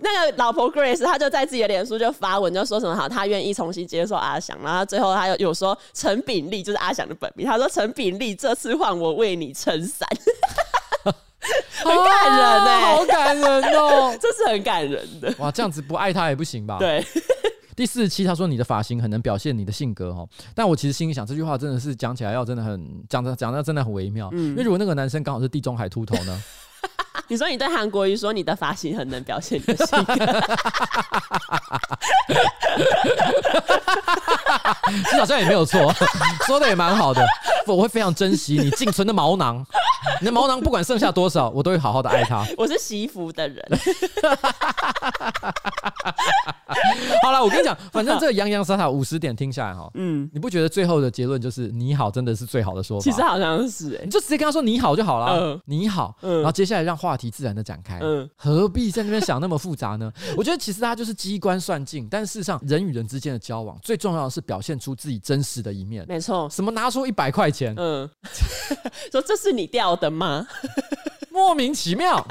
B: 那个老婆 Grace，她就在自己的脸书就发文，就说什么好，她愿意重新接受阿翔。然后最后她有有说陈炳立就是阿翔的本名，她说陈炳立这次换我为你撑伞， 很感人欸
A: 啊好感人哦。
B: 这是很感人的。
A: 哇，这样子不爱他也不行吧？。
B: 对，
A: 第四十七，他说你的发型很能表现你的性格哦。但我其实心里想，这句话真的是讲起来要真的很讲的讲的真的很微妙。
B: 嗯
A: 因为如果那个男生刚好是地中海秃头呢？
B: 你说你对韩国瑜说你的发型很能表现你的性格，
A: 其实好像也没有错， 说的也蛮好的。我会非常珍惜 你仅存的毛囊，你的毛囊不管剩下多少，我都会好好的爱它。
B: 我是惜福的人，
A: 好了，我跟你讲，反 正这个洋洋洒洒五十点听下来哈，
B: 嗯，
A: 你不觉得最后的结论就是你好真的是最好的说法？
B: 其实好像是哎、
A: 你就直接跟他说你好就好了，
B: 嗯
A: 你好，
B: 嗯
A: 然后接下来让话题自然的展开，
B: 嗯
A: 何必在那边想那么复杂呢？ 我觉得其实他就是机关算尽，但事实上人与人之间的交往最重要的是表现出自己真实的一面。
B: 没错，
A: 什么拿出一百块钱，
B: 嗯，说这是你掉的吗？
A: 莫名其妙，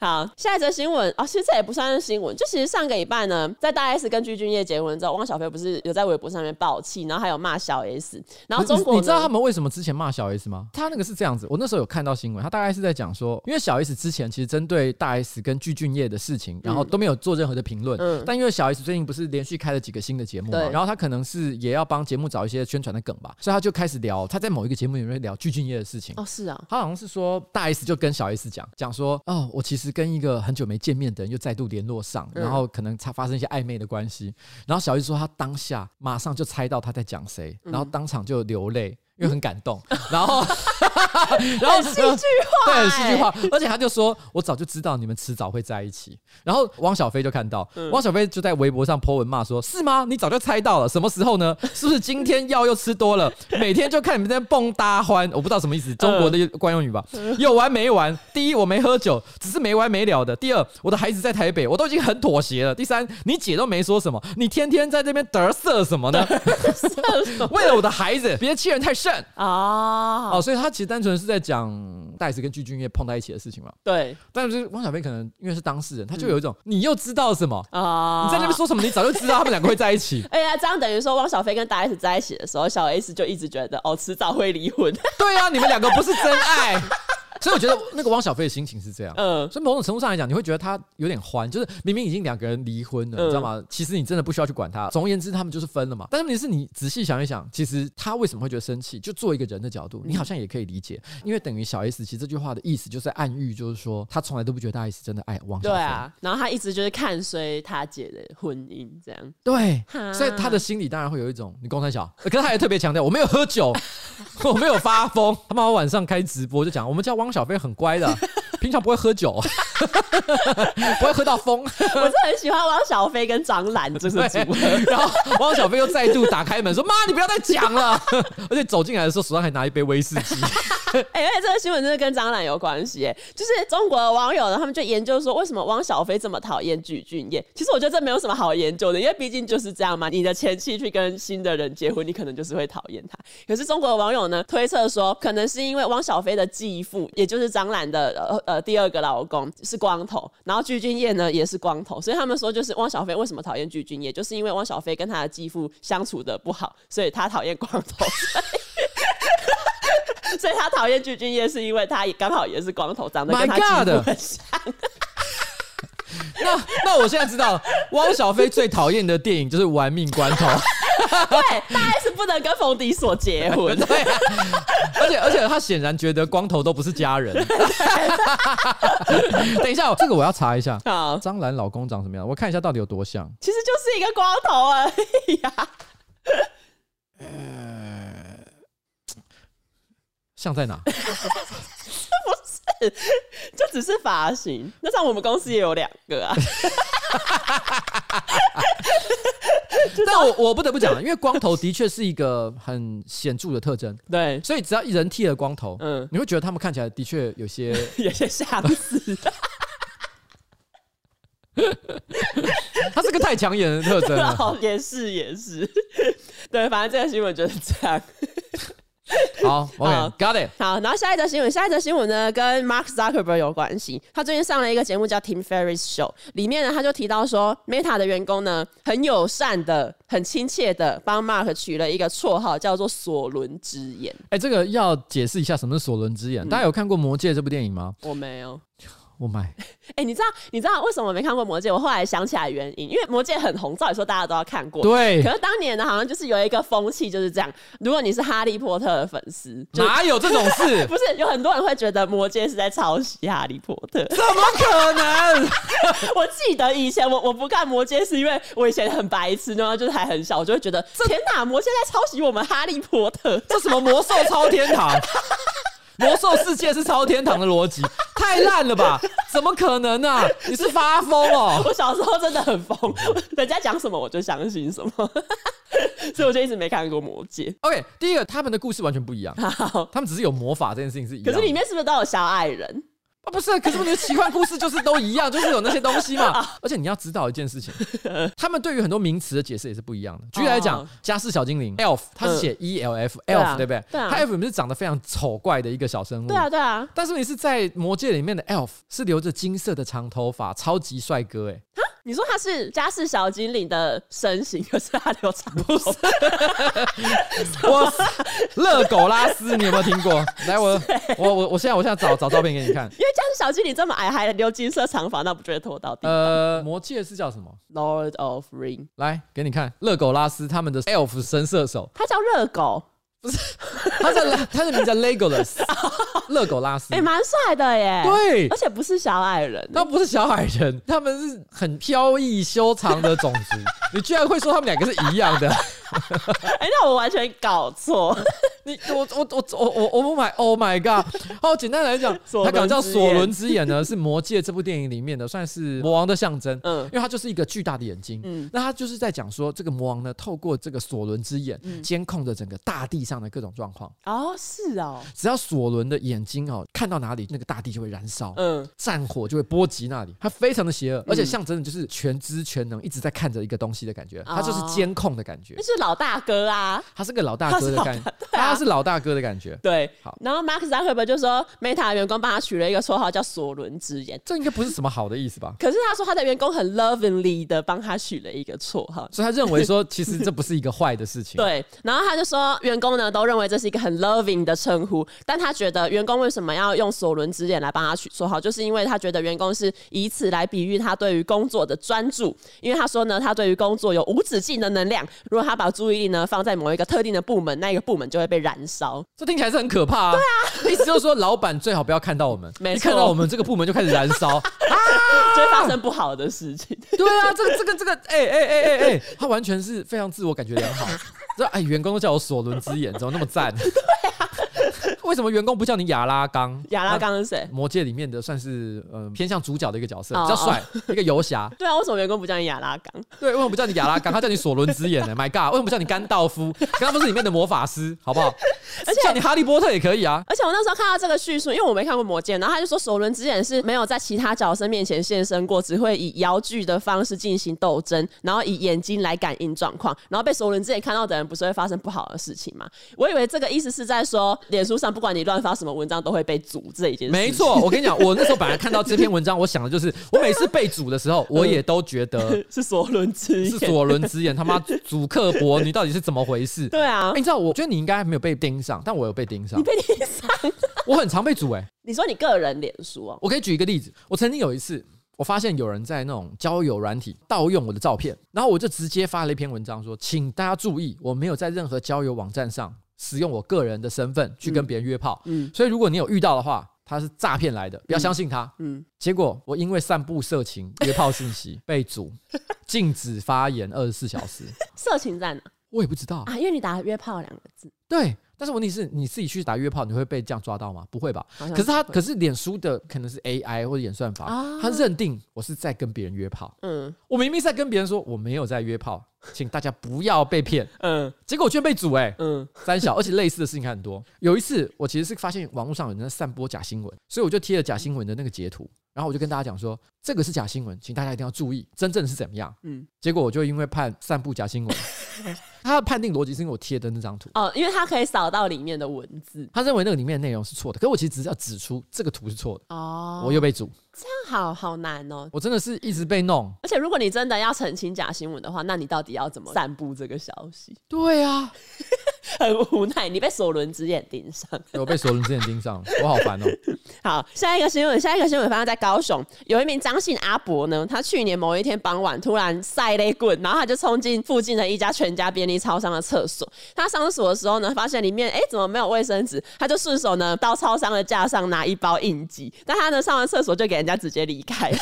B: 好，下一则新闻哦，其实这也不算是新闻，就其实上个礼拜呢，在大 S 跟鞠婧祎结婚之后，汪小菲不是有在微博上面爆气，然后还有骂小 S，然后
A: 你
B: 中国
A: 你知道他
B: 们
A: 们为什么之前骂小 S 吗？他那个是这样子，我那时候有看到新闻，他大概是在讲说，因为小 S 之前其实针对大 S 跟具俊晔的事情，然后都没有做任何的评论。
B: 嗯
A: 但因为小 S 最近不是连续开了几个新的节目嘛
B: 对，
A: 然后他可能是也要帮节目找一些宣传的梗吧，所以他就开始聊，他在某一个节目里面聊具俊晔的事情。
B: 哦是啊，
A: 他好像是说，大 S 就跟小 S 讲，讲说，哦，我其实跟一个很久没见面的人又再度联络上，
B: 嗯
A: 然后可能才发生一些暧昧的关系。然后小 S 说，她当下马上就猜到他在讲谁，
B: 嗯
A: 然后当场就流泪。因为很感 动，然后， 然后
B: 很哎戏剧化
A: 哦对，
B: 欸
A: 很戏剧化，而且他就说，我早就知道你们迟早会在一起。然后汪小菲就看到，汪小菲就在微博上 po 文骂说：“是吗？你早就猜到了，什么时候呢？是不是今天药又吃多了？每天就看你们在蹦搭欢，我不知道什么意思，中国的惯用语吧？有完没完？第一，我没喝酒，只是没完没了的；第二，我的孩子在台北，我都已经很妥协了；第三，你姐都没说什么，你天天在这边得瑟什么呢？ 为了我的孩子，别欺人太甚。”
B: 哦，
A: 哦，所以他其实单纯是在讲戴斯跟具俊晔碰在一起的事情嘛。
B: 对
A: 但是汪小菲可能因为是当事人，他就有一种、你又知道什么？
B: 啊，。
A: 你在那边说什么？你早就知道他们两个会在一起
B: 哎呀，这样等于说汪小菲跟大 S 在一起的时候，小 S 就一直觉得哦，迟早会离婚。
A: 对啊，你们两个不是真爱。所以我觉得那个汪小菲的心情是这样。
B: 嗯，
A: 所以某种程度上来讲，你会觉得他有点欢，就是明明已经两个人离婚了，
B: 嗯
A: 你知道吗？其实你真的不需要去管他。总而言之，他们就是分了嘛。但是问题是你仔细想一想，其实他为什么会觉得生气？就做一个人的角度，
B: 嗯
A: 你好像也可以理解，因为等于小 S 其实这句话的意思就是在暗喻，就是说他从来都不觉得大 S 真的爱汪小
B: 对
A: 菲。
B: 啊，然后他一直就是看衰他姐的婚姻这样。
A: 对
B: 哈，
A: 所以他的心里当然会有一种你公三小， 可是他也特别强调我没有喝酒， 我没有发疯。他妈晚上开直播就讲，我们家汪小菲很乖的，平常不会喝酒， 不会喝到疯。
B: 我是很喜欢汪小菲跟张兰这个组合。
A: 对 然后汪小菲又再度打开门说：“妈，你不要再讲了。” 而且走进来的时候手上还拿一杯威士忌。
B: 哎、而且这个新闻真的跟张兰有关系，哎，就是中国的网友呢，他们就研究说，为什么汪小菲这么讨厌具俊晔？其实我觉得这没有什么好研究的，因为毕竟就是这样嘛。你的前妻去跟新的人结婚，你可能就是会讨厌他。可是中国的网友呢，推测说，可能是因为汪小菲的继父，也就是张兰的呃呃第二个老公是光头，然后具俊晔呢也是光头，所以他们说就是汪小菲为什么讨厌具俊晔，就是因为汪小菲跟他的继父相处的不好，所以他讨厌光头。所以他讨厌具俊晔，是因为他也刚好也是光头，长得跟
A: My
B: 他继
A: God
B: 父很像。
A: 那那我现在知道了，汪小菲最讨厌的电影就是《玩命关头》。
B: 对，大 S 不能跟冯迪所结 婚。
A: 对、啊，而且而且他显然觉得光头都不是家人。 等一下，这个我要查一下。
B: 好，
A: 张兰老公长什么样？我看一下到底有多像。
B: 其实就是一个光头而已啊呀、
A: 像在哪？
B: 不是就只是发型。那像我们公司也有两个啊，
A: 但我我不得不讲，因为光头的确是一个很显著的特征，
B: 对，
A: 所以只要一人剃了光头，
B: 嗯，
A: 你会觉得他们看起来的确有些
B: 有些相似。
A: 他是个太抢眼的特 征啊了。
B: 哦，也是也是， 对，反正这个新闻就是这样。
A: 啊好
B: 好
A: ，OK，Got、it。
B: 好，然后下一则新闻，下一则新闻呢跟 Mark Zuckerberg 有关系。他最近上了一个节目叫 Tim Ferriss Show，里面呢他就提到说，Meta 的员工呢很友善的、很亲切的帮 Mark 取了一个绰号，叫做“索伦之眼
A: 哎、这个要解释一下什么是索伦之眼。大家有看过《魔戒》这部电影吗”。？
B: 我没有，
A: 我买，
B: 哎、你知道你知道为什么我没看过《魔戒》？我后来想起来原因，因为《魔戒》很红，照理说大家都要看过。
A: 对
B: 可，是当年呢，好像就是有一个风气就是这样。如果你是哈利波特的粉丝，就
A: 哪有这种事？
B: 不是有很多人会觉得《魔戒》是在抄袭哈利波特。
A: 怎么可能？
B: 我记得以前我我不看《魔戒》是因为我以前很白痴，然后就是还很小，我就会觉得天哪，《魔戒》在抄袭我们《哈利波特》
A: 这什么魔兽超天堂？ 魔兽世界是超天堂的逻辑，太烂了吧？怎么可能啊？你是发疯哦？
B: 我小时候真的很疯，人家讲什么我就相信什么， 所以我就一直没看过《魔戒
A: OK，第一个他们的故事完全不一 样，》。
B: 好，
A: 他们只是有魔法这件事情是一样的。
B: 可是里面是不是都有小矮人？
A: 啊，不是，可是我觉得奇幻故事就是都一样，就是有那些东 西嘛。
B: 啊
A: 而且你要知道一件事情，他们对于很多名词的解释也是不一样的。举例来讲
B: 哦，嗯
A: 家事小精灵 elf，它是写 e l f
B: 对啊
A: elf，对不对？
B: 对啊
A: 它 elf 里面是长得非常丑怪的一个小生物。
B: 对啊，对啊，
A: 但是你是在魔界里面的 elf，是留着金色的长头发，超级帅哥哎、
B: 你说他是家事小精灵的身形，可是他留长头发，
A: 我热狗拉丝，你有没有听 过？来，我我我我现在我现在找找照片给你看。
B: 因为家事小精灵这么矮，还留金色长发，那不就会拖 到底、
A: 呃，魔界是叫什么？
B: l o r d of Ring，
A: 来给你看，热狗拉丝他们的 elf 神射手，
B: 他叫热狗，
A: 他的他的名叫 Legolas，勒狗拉斯
B: 哎、。蛮帅的耶。
A: 对
B: 而，且不是小矮人，
A: 他不是小矮人，他们是很飘逸修长的种 族。你居然会说他们两个是一样的？
B: 哎、那我完全搞错，
A: 你我我我我我我不买！Oh my god！哦，简单来讲，他
B: 索伦之
A: 讲
B: 眼
A: 叫索伦之眼 呢，是《魔戒》这部电影里面的，算是魔王的象征。嗯
B: 嗯，
A: 因为它就是一个巨大的眼睛。嗯
B: 嗯，
A: 那他就是在讲说，这个魔王呢，透过这个索伦之眼，
B: 嗯
A: 监控着整个大地上的各种状况。
B: 哦，是哦，
A: 只要索伦的眼睛哦看到哪里，那个大地就会燃烧。
B: 嗯，
A: 战火就会波及那里，它非常的邪恶，而且象征的就是全知全能，一直在看着一个东西的感觉，它就是监控的感觉
B: 那，是老大哥啊，
A: 它是个老大哥的感觉，它是老大哥的感觉，
B: 对
A: 好。
B: 然后 Mark Zuckerberg 就说，Meta 的员工帮他取了一个绰号叫“索伦之眼
A: 这应该不是什么好的意思吧”，？
B: 可是他说他的员工很 lovingly 的帮他取了一个绰号，
A: 所以他认为说，其实这不是一个坏的事情，
B: 对，然后他就说，员工呢都认为这是一个很 loving 的称呼，但他觉得员工为什么要用索伦之眼来帮他取绰号，就是因为他觉得员工是以此来比喻他对于工作的专注，因为他说呢，他对于工作有无止境的能量，如果他把注意力呢放在某一个特定的部门，那一个部门就会被燃烧。
A: 这听起来是很可怕啊。对啊，意思就是说，老板最好不要看到我们，
B: 没
A: 一
B: 错
A: 看到我们这个部门就开始燃烧。
B: 就会发生不好的事情。
A: 对啊，这个这个这个，哎哎哎哎哎， 他完全是非常自我感觉良好。这哎，员工都叫我索伦之眼，怎么那么赞？ 啊为什么员工不叫你亚拉冈？
B: 亚拉冈是谁？
A: 魔界里面的算是呃偏向主角的一个角色，
B: 哦
A: 比较帅，一个游侠。
B: 对啊，为什么员工不叫你亚拉冈？
A: 对，为什么不叫你亚拉冈？他叫你索伦之眼呢？My God，为什么不叫你甘道夫？甘道夫是里面的魔法师，好不好？
B: 而且
A: 叫你哈利波特也可以啊。
B: 而且我那时候看到这个叙述，因为我没看过《魔戒》，然后他就说首轮之眼是没有在其他角色面前现身过，只会以摇剧的方式进行斗争，然后以眼睛来感应状况，然后被首轮之眼看到的人不是会发生不好的事情吗？我以为这个意思是在说，脸书上不管你乱发什么文章都会被阻这一件事。
A: 没，错，我跟你讲，我那时候本来看到这篇文章，我想的就是，我每次被组的时候，我也都觉得
B: 是索伦之
A: 是
B: 眼。
A: 索伦之眼，他妈祖克伯，你到底是怎么回 事？
B: 对啊
A: 哎，你知道，我觉得你应该没有被盯上，但我有被盯上
B: 你，被你上，
A: 我很常被组哎、
B: 你说你个人脸书哦，
A: 我可以举一个例子，我曾经有一次，我发现有人在那种交友软体盗用我的照片，然后我就直接发了一篇文章说，请大家注意，我没有在任何交友网站上使用我个人的身份去跟别人约炮，
B: 嗯
A: 所以如果你有遇到的话，他是诈骗来的，不要相信他。
B: 嗯，
A: 结果我因为散布色情、约炮信息被阻，禁止发言二十四小时，
B: 色情在哪
A: 我也不知道。
B: 啊？因为你打约炮两个字。
A: 对，但是问题是你自己去打约炮，你会被这样抓到吗？不会吧？
B: 好像
A: 可是他，可
B: 会
A: 是脸书的可能是 AI 或者演算法，
B: 啊
A: 他认定我是在跟别人约炮，
B: 嗯
A: 我明明在跟别人说我没有在约炮，请大家不要被骗，
B: 嗯
A: 结果我居然被阻哎、
B: 嗯
A: 三小，而且类似的事情还很多。有一次，我其实是发现网络上有人在散播假新闻，所以我就贴了假新闻的那个截图，然后我就跟大家讲说，这个是假新闻，请大家一定要注意，真正是怎么样。
B: 嗯
A: 结果我就因为判散布假 新闻，他的判定逻辑是因为我贴的那张图，
B: 哦，因为它可以扫到里面的文字
A: 他认为那个里面的内容是错的，可我其实只是要指出这个图是错的，
B: 哦
A: 我又被阻，
B: 好好难哦。
A: 我真的是一直被弄。
B: 而且，如果你真的要澄清假新闻的话，那你到底要怎么散布这个消息？
A: 对啊，
B: 很无奈，你被索伦之眼盯上。
A: 我被索伦之眼盯上了， 我好烦哦、
B: 好，下一个新闻，下一个新闻发生在高雄，有一名张姓阿伯呢，他去年某一天傍晚突然晒了一滚，然后他就冲进附近的一家全家便利超商的厕所。他上厕所的时候呢，发现里面哎、诶怎么没有卫生纸，他就顺手呢到超商的架上拿一包应急，但他呢上完厕所就给人家直接离开了。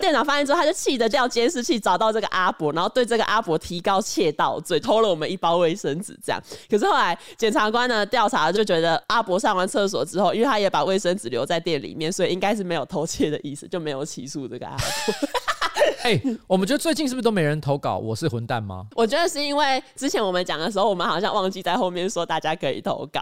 B: 电脑发现之后，他就气得调监视器找到这个阿伯，然后对这个阿伯提高窃盗罪，偷了我们一包卫生纸这样。可是后来检察官呢调查就觉得阿伯上完厕所之后，因为他也把卫生纸留在店里面，所以应该是没有偷窃的意思，就没有起诉这个阿伯。
A: 哎、我们觉得最近是不是都没人投稿？我是混蛋吗？
B: 我觉得是因为之前我们讲的时候，我们好像忘记在后面说大家可以投稿，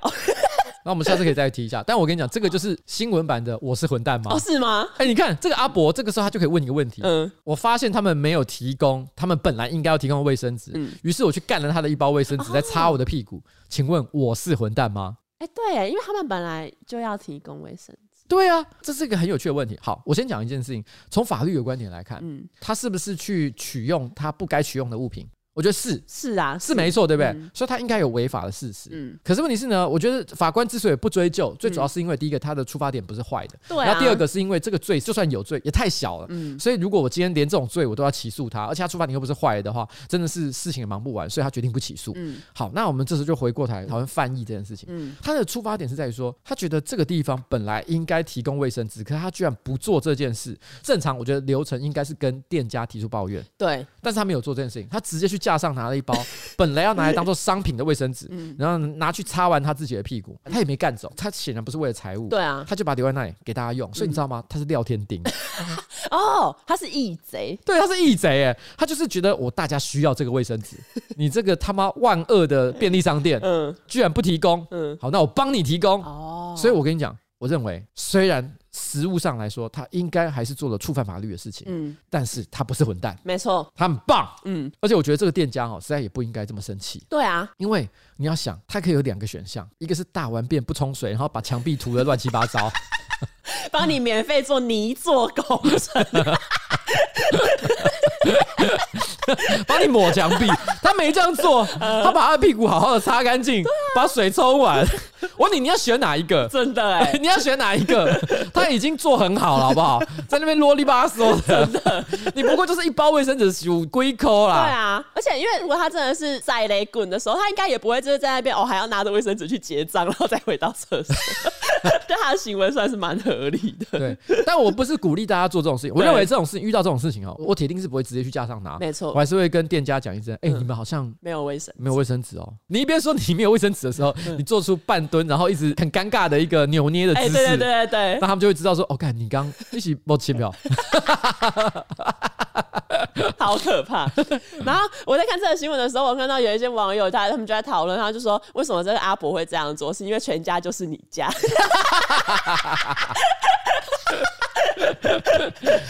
A: 那我们下次可以再提一下。但我跟你讲，这个就是新闻版的我是混蛋吗
B: 哦，？是吗？
A: 哎、你看这个阿伯，这个时候他就可以问一个问题。
B: 嗯，
A: 我发现他们没有提供，他们本来应该要提供的卫生纸，
B: 嗯
A: 于、是我去干了他的一包卫生纸，再擦我的屁股。请问我是混蛋吗？
B: 哎、对耶，因为他们本来就要提供卫生纸，
A: 对啊，这是一个很有趣的问题。好，我先讲一件事情，从法律的观点来看，
B: 嗯，
A: 他是不是去取用他不该取用的物品？我觉得是，
B: 是啊，
A: 是没错，对不对？
B: 嗯
A: 所以他应该有违法的事实。
B: 嗯，
A: 可是问题是呢，我觉得法官之所以不追究，最主要是因为第一个他的出发点不是坏的，
B: 对啊
A: 然后第二个是因为这个罪就算有罪也太小了，
B: 嗯
A: 所以如果我今天连这种罪我都要起诉他，而且他出发点又不是坏的话，真的是事情也忙不完，所以他决定不起诉。
B: 嗯
A: 好，那我们这时候就回过头来讨论翻译这件事情。
B: 嗯
A: 他的出发点是在于说，他觉得这个地方本来应该提供卫生纸，可是他居然不做这件事。正常，我觉得流程应该是跟店家提出抱怨，
B: 对，
A: 但是他没有做这件事情，他直接去架上拿了 一包本来要拿来当做商品的卫生纸，
B: 嗯
A: 然后拿去擦完他自己的屁股，他也没干走，他显然不是为了财物，
B: 对啊嗯
A: 他就把它留在那里给大家用，所以你知道吗？他是廖天丁，
B: 哦，他是义贼，
A: 对，他是义贼哎，他就是觉得我大家需要这个卫生 纸，你这个他妈万恶的便利商店
B: 嗯
A: 居然不提供，
B: 嗯，
A: 好，那我帮你提供，
B: 哦，
A: 所以我跟你讲，我认为虽然实物上来说，他应该还是做了触犯法律的事情，
B: 嗯，
A: 但是他不是混蛋，
B: 没错，
A: 他很棒，
B: 嗯，
A: 而且我觉得这个店家哦，实在也不应该这么生气。
B: 对啊，
A: 因为你要想，它可以有两个选项，一个是大完便不冲水，然后把墙壁涂得乱七八糟；
B: 帮你免费做泥做 工程，
A: 帮你抹墙壁。他没这样做，
B: 呃
A: 他把他的屁股好好的擦干净，
B: 啊
A: 把水冲完。我问你，你要选哪一个？
B: 真的哎、
A: 你要选哪一个？他已经做很好了，好不好？在那边啰里吧嗦 的，你不过就是一包卫生纸数龟抠
B: 对
A: 啦。
B: 啊，而且因为如果他真的是晒雷滚的时候，他应该也不会就是在那边哦，还要拿着卫生纸去结账，然后再回到厕 所。对他的行为算是蛮合理 的，
A: 对，但我不是鼓励大家做这种事情。我
B: 对
A: 认为这种事情遇到这种事情哦，我铁定是不会直接去架上拿，
B: 没错嗯
A: 我还是会跟店家讲一声，哎，你们好像
B: 没有卫生。
A: 没有卫生纸哦。你一边说你没有卫生纸的时候，你做出半蹲，然后一直很尴尬的一个扭捏的
B: 嗯哎、
A: 姿
B: 对对
A: 势，
B: 对对
A: 那他们就会知道说，哦，看你刚一起不七秒，
B: 对，好可怕。 然后我在看这个新闻的时候，我看到有一些网友他他们就在讨论，他就说为什么这个阿伯会这样做，是因为全家就是你家。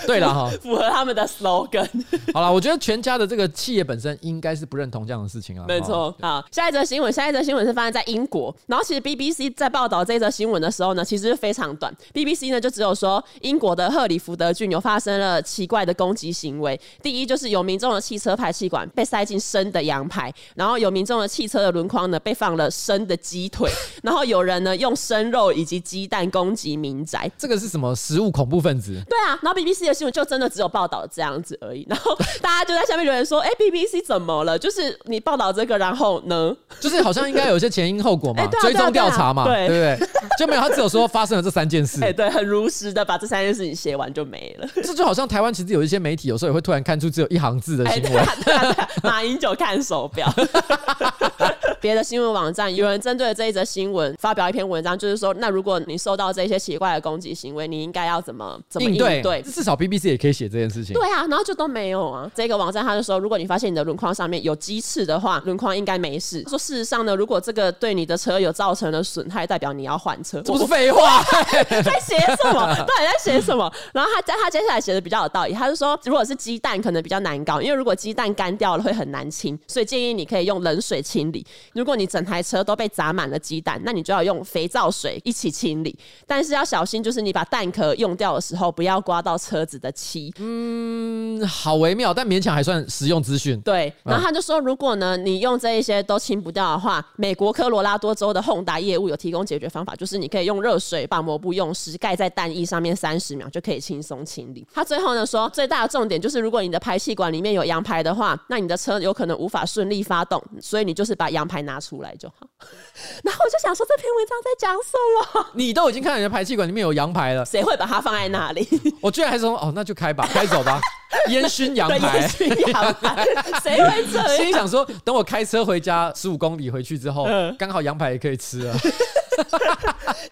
A: 对了哈，
B: 符合他们的 slogan。
A: 好了，我觉得全家的这个企业本身应该是不认同这样的事情啊，
B: 没错
A: 哈。，
B: 好，下一则新闻，下一则新闻是发生在英国。然后其实 BBC 在报道这则新闻的时候呢，其实非常短。BBC 呢就只有说，英国的赫里福德郡有发生了奇怪的攻击行为。第一就是有民众的汽车排气管被塞进生的羊排，然后有民众的汽车的轮框呢被放了生的鸡腿， 然后有人呢用生肉以及鸡蛋攻击民宅。
A: 这个是什么食物恐怖分子？
B: 对啊，然后 BBC 的新闻就真的只有报道这样子而已，然后大家就在下面留言说：“哎、b b c 怎么了？就是你报道这个，然后呢？
A: 就是好像应该有一些前因后果嘛，
B: 哎对啊
A: 追踪调查嘛，
B: 对啊对
A: 对不对？就没有他只有说发生了这三件事
B: 哎、，对，很如实的把这三件事情写完就没了。
A: 这就好像台湾其实有一些媒体有时候也会突然看出只有一行字的
B: 哎、
A: 新
B: 对
A: 闻
B: 啊，，对啊，对啊马英九看手表， 别的新闻网站有人针对这一则新闻发表一篇文章，就是说，那如果你受到这些奇怪的攻击行为，你应该要怎么怎么应对？
A: 至少 BBC 也可以写这件事情。
B: 对啊，然后就都没有啊。这个网站他就说，如果你发现你的轮框上面有鸡翅的话，轮框应该没事。说事实上呢，如果这个对你的车有造成了损害，代表你要换车。
A: 这不是废话。
B: 在写什么？到底在写什么？然后他在他接下来写的比较有道理，他就说，如果是鸡蛋可能比较难搞，因为如果鸡蛋干掉了会很难清，所以建议你可以用冷水清理。如果你整台车都被砸满了鸡蛋，那你就要用肥皂水一起清理。但是要小心，就是你把蛋壳用掉的时候，不要刮到车子的漆。
A: 嗯，好微妙，但勉强还算实用资讯。
B: 对，然后他就说，如果呢你用这一些都清不掉的话，美国科罗拉多州的宏达业务有提供解决方法，就是你可以用热水把膜布用湿，盖在蛋液上面三十秒就可以轻松清理。他最后呢说，最大的重点就是如果你的排气管里面有羊排的话，那你的车有可能无法顺利发动，所以你就是把羊排拿出来就好。 然后我就想说，这篇文章在讲什么？
A: 你都已经看到你的排气管里面有羊排了，
B: 谁会把它放在那里？
A: 我居然还说哦，那就开吧，开走吧，烟熏羊
B: 对，
A: 排
B: 也。许羊排，谁会这样？
A: 心里想说，等我开车回家十五公里回去之后，
B: 嗯
A: 刚好羊排也可以吃了。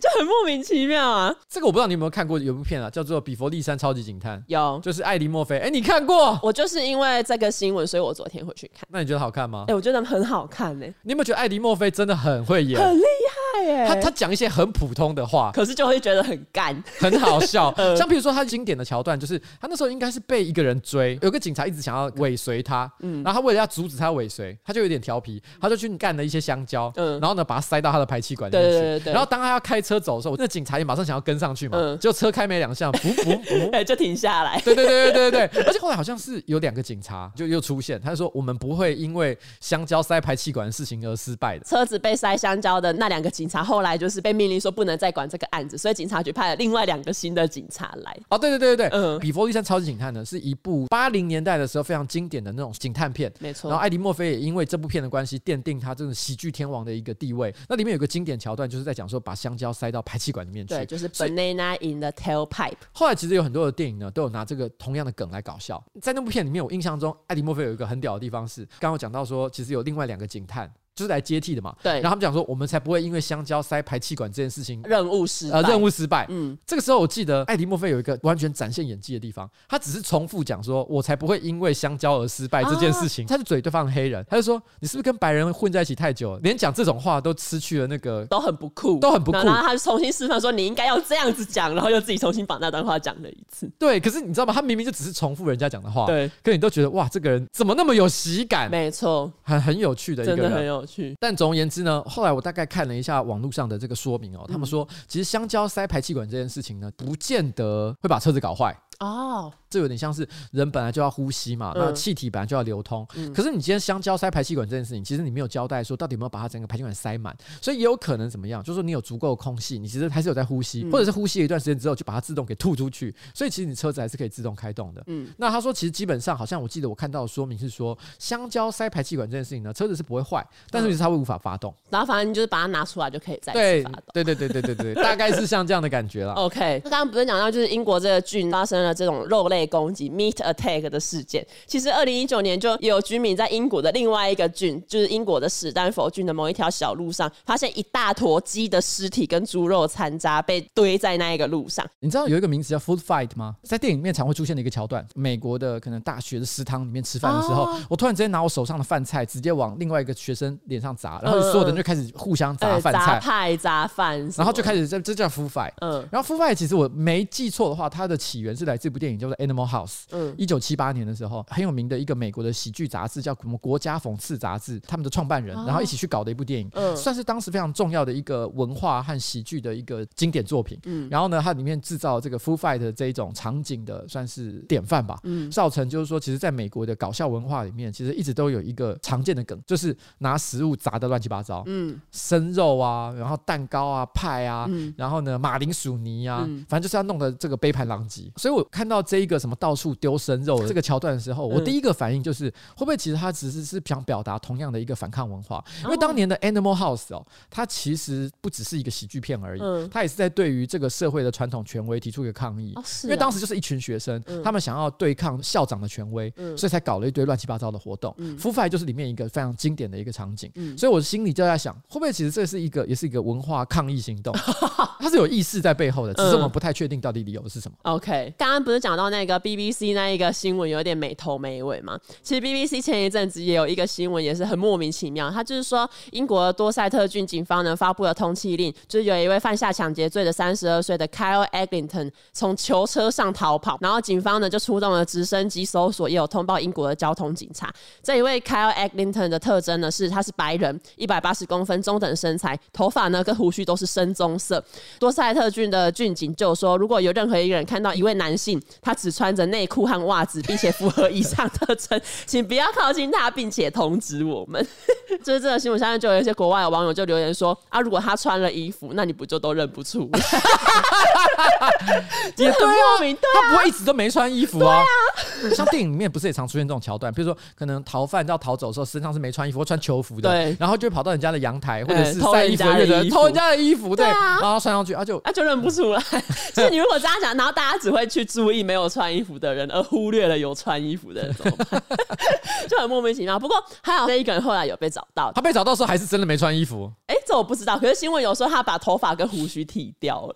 B: 就很莫名其妙啊。
A: 这个我不知道你有没有看过，有部片啊，叫做《比佛利山超级警探》，
B: 有，
A: 就是艾琳·墨菲。哎，你看过？
B: 我就是因为这个新闻，所以我昨天回去看。
A: 那你觉得好看吗
B: 哎、？我觉得很好看呢、
A: 你有没有觉得艾琳·墨菲真的很会演？
B: 很厉害耶、
A: 他他讲一些很普通的 话，
B: 可是就会觉得很干，
A: 很好笑。
B: 呃
A: 像比如说他经典的桥段，就是他那时候应该是被一个人追，有个警察一直想要尾随他，
B: 嗯
A: 然后他为了要阻止他尾随，他就有点调皮，他就去干了一些香蕉，
B: 嗯
A: 然后呢把它塞到他的排气管里面去。
B: 对对对对
A: 然后当他要开车走的时候，那警察也马上想要跟上去嘛，
B: 嗯
A: 结果车开没两 下，噗噗噗。
B: 哎，就停下来。
A: 对对对对对对，而且后来好像是有两个警察就又出现，他就说我们不会因为香蕉塞排气管的事情而失败的。
B: 车子被塞香蕉的那两个警察，后来就是被命令说不能再管这个案子，所以警察局派了另外两个新的警察来。
A: 哦，对对对对对，
B: 嗯
A: 比佛利山超级警探》呢是一部八零年代的时候非常经典的那种警探片，
B: 没错
A: 然后艾迪·墨菲也因为这部片的关系，奠定他这种喜剧天王的一个地位。那里面有个经典桥段，就是在讲说把香蕉塞到排气管里面去
B: 对，。就是
A: 所以
B: banana in the tailpipe。
A: 后来其实有很多的电影呢，都有拿这个同样的梗来搞笑。在那部片里面，我印象中艾迪·墨菲有一个很屌的地方是，刚刚我讲到说，其实有另外两个警探就是来接替的嘛。
B: 对
A: 然后他们讲说，我们才不会因为香蕉塞排气管这件事情
B: 任务失败，
A: 呃任务失败。
B: 嗯，
A: 这个时候我记得艾迪墨菲有一个完全展现演技的地方，他只是重复讲说“我才不会因为香蕉而失败”这
B: 啊
A: 件事情，他就嘴对方黑人，他就说你是不是跟白人混在一起太久了，连讲这种话都失去了那个。
B: 都很不酷，
A: 都很不酷
B: 然后他就重新示范说你应该要这样子讲，然后又自己重新把那段话讲了一次。
A: 对，可是你知道吗？他明明就只是重复人家讲的话，
B: 对，
A: 可你都觉得哇，这个人怎么那么有喜感，
B: 没错，
A: 很很有趣的一
B: 真
A: 个
B: 的很
A: 人。
B: 有趣。
A: 但总而言之呢，后来我大概看了一下网络上的这个说明哦，他
B: 嗯
A: 们说其实香蕉塞排气管这件事情呢，不见得会把车子搞坏，
B: 哦，
A: 这有点像是人本来就要呼吸嘛，
B: 嗯
A: 那气体本来就要流通。可是你今天香蕉塞排气管这件事情，其实你没有交代说到底有没有把它整个排气管塞满，所以也有可能怎么样，就是说你有足够的空隙，你其实还是有在呼吸，
B: 嗯
A: 或者是呼吸了一段时间之后就把它自动给吐出去，所以其实你车子还是可以自动开动的。
B: 嗯
A: 那他说其实基本上好像我记得我看到的说明是说，香蕉塞排气管这件事情呢，车子是不会坏，但
B: 嗯
A: 是它会无法发动。
B: 然后反正你就是把它拿出来就可以再
A: 对啊
B: 次发动。
A: 对对对对对对，大概是像这样的感觉啦。
B: OK，刚刚不是讲到就是英国这个郡发生了这种肉类攻击 （meat attack） 的事件。其实二零一九年就有居民在英国的另外一个郡，就是英国的史丹佛郡的某一条小路上，发现一大坨鸡的尸体跟猪肉残渣被堆在那一个路上。
A: 你知道有一个名词叫 food fight 吗？在电影里面常会出现的一个桥段，美国的可能大学的食堂里面吃饭的时候，我突然之间拿我手上的饭菜直接往另外一个学生脸上砸，然后所有的人就开始互相砸
B: 呃
A: 饭
B: 杂
A: 菜，
B: 派、杂饭什么的，
A: 然后就开始这这叫 food fight。
B: 嗯
A: 然后 food fight 其实我没记错的话，它的起源是来自一部电影叫做《Animal House》。
B: 嗯
A: 一九七八年的时候，很有名的一个美国的喜剧杂志叫什么《国家讽刺杂志》，他们的创办人，然后一起去搞的一部电影，
B: 啊嗯
A: 算是当时非常重要的一个文化和喜剧的一个经典作品。
B: 嗯
A: 然后呢，它里面制造这个 Foo Fight 的这一种场景的算是典范吧，
B: 嗯
A: 造成就是说，其实在美国的搞笑文化里面，其实一直都有一个常见的梗，就是拿食物砸的乱七八糟，
B: 嗯
A: 生肉啊，然后蛋糕啊、派啊，
B: 嗯
A: 然后呢马铃薯泥啊，
B: 嗯
A: 反正就是要弄得这个杯盘狼藉。所以我看到这一个什么到处丢生肉的这个桥段的时候，我
B: 嗯
A: 第一个反应就是，会不会其实他只是是想表达同样的一个反抗文化？因为
B: 哦
A: 当年的 Animal House 哦，它其实不只是一个喜剧片而已，
B: 嗯
A: 它也是在对于这个社会的传统权威提出一个抗议。
B: 哦，是
A: 因为当
B: 时
A: 时就是一群学生，
B: 嗯
A: 他们想要对抗校长的权威，
B: 嗯
A: 所以才搞了一堆乱七八糟的活动。
B: 嗯
A: f o o Fight 就是里面一个非常经典的一个场景，
B: 嗯
A: 所以我心里就在想，会不会其实这是一个也是一个文化抗议行动， 它是有意识在背后的，只
B: 嗯
A: 是我们不太确定到底理由是什么。
B: OK，刚刚不是讲到那个 BBC 那一个新闻有点没头没尾嘛？其实 BBC 前一阵子也有一个新闻也是很莫名其妙，他就是说英国多塞特郡警方呢发布了通缉令，就是有一位犯下抢劫罪的三十二岁的 Kyle Eglinton 从囚车上逃跑，然后警方呢就出动了直升机搜索，也有通报英国的交通警察。这一位 Kyle Eglinton 的特征呢是他是白人，一百八十公分，中等身材，头发呢跟胡须都是深棕色，多塞特郡的郡警就说，如果有任何一个人看到一位男性，他只穿着内裤和袜子，并且符合以上特征，请不要靠近他，并且通知我们。 就是这个新闻下面就有一些国外的网友就留言说啊，如果他穿了衣服，那你不就都认不出？ 也很莫名，对啊
A: 他不会一直都没穿衣服啊。 像电影里面不是也常出现这种桥段，比如说可能逃犯要逃走的时候，身上是没穿衣服，或穿囚服的，
B: 对
A: 然后就会跑到人家的阳台或者
B: 哎
A: 是
B: 偷
A: 晒
B: 人
A: 衣服
B: 家
A: 的
B: 的
A: 那个
B: 衣
A: 偷人
B: 服
A: 家的衣服，对，
B: 对啊
A: 然后穿上去，他就
B: 啊，就认不出来。就是你如果这样讲，然后大家只会去注意没有穿衣服的人，而忽略了有穿衣服的人，怎么办？ 就很莫名其妙。不过还好那一个人后来有被找到，
A: 他被找到的时候还是真的没穿衣服，
B: 哎、这我不知道。可是新闻有说他把头发跟胡须剃掉了，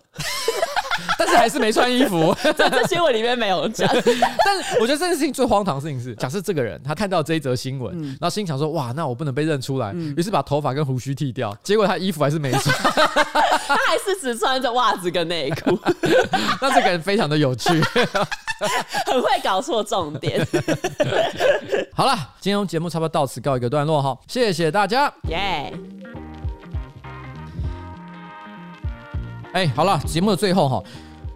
A: 但是还是没穿衣服。
B: 这这新闻里面没有讲。
A: 但 是我觉得这件事情最荒唐的事情是，假设这个人他看到这一则新闻，然后心想说：“哇，那我不能被认出来。”于是把头发跟胡须剃掉，结果他衣服还是没 穿。
B: 他还是只穿着袜子跟内裤，
A: 那这个人非常的有趣。
B: 很会搞错重点。
A: 好了，今天节目差不多到此告一个段落哈，谢谢大家。
B: 耶、
A: 哎、好了，节目的最后哈。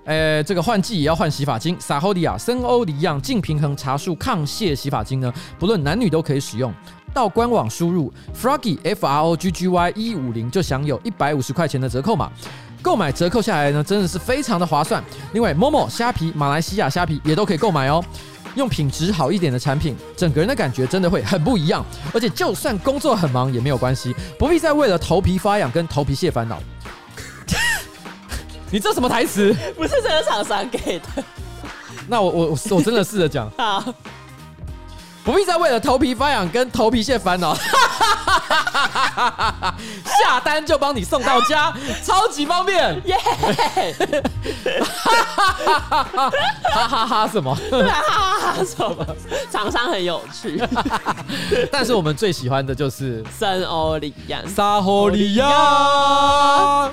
A: 呃，这个换季也要换洗发精，撒欧利亚、森欧利漾净平衡茶树抗屑洗发精呢，不论男女都可以使用。到官网输入 froggy f r o g g y 一五零就享有一百五十块钱的折扣码。购买折扣下来呢，真的是非常的划算。另外，Momo 虾皮、马来西亚虾皮也都可以购买哦。用品质好一点的产品，整个人的感觉真的会很不一样。而且就算工作很忙也没有关系，不必再为了头皮发痒跟头皮屑烦恼。你这什么台词？
B: 不是这个厂商给的。
A: 那我我我我真的试着讲，
B: 好，
A: 不必再为了头皮发痒跟头皮屑烦恼，下单就帮你送到家，超级方便，
B: 耶、
A: 哈哈哈什么？
B: 对啊，哈哈 什么？厂商很有趣，
A: 但是我们最喜欢的就是
B: 森欧里样。
A: 撒霍利亚。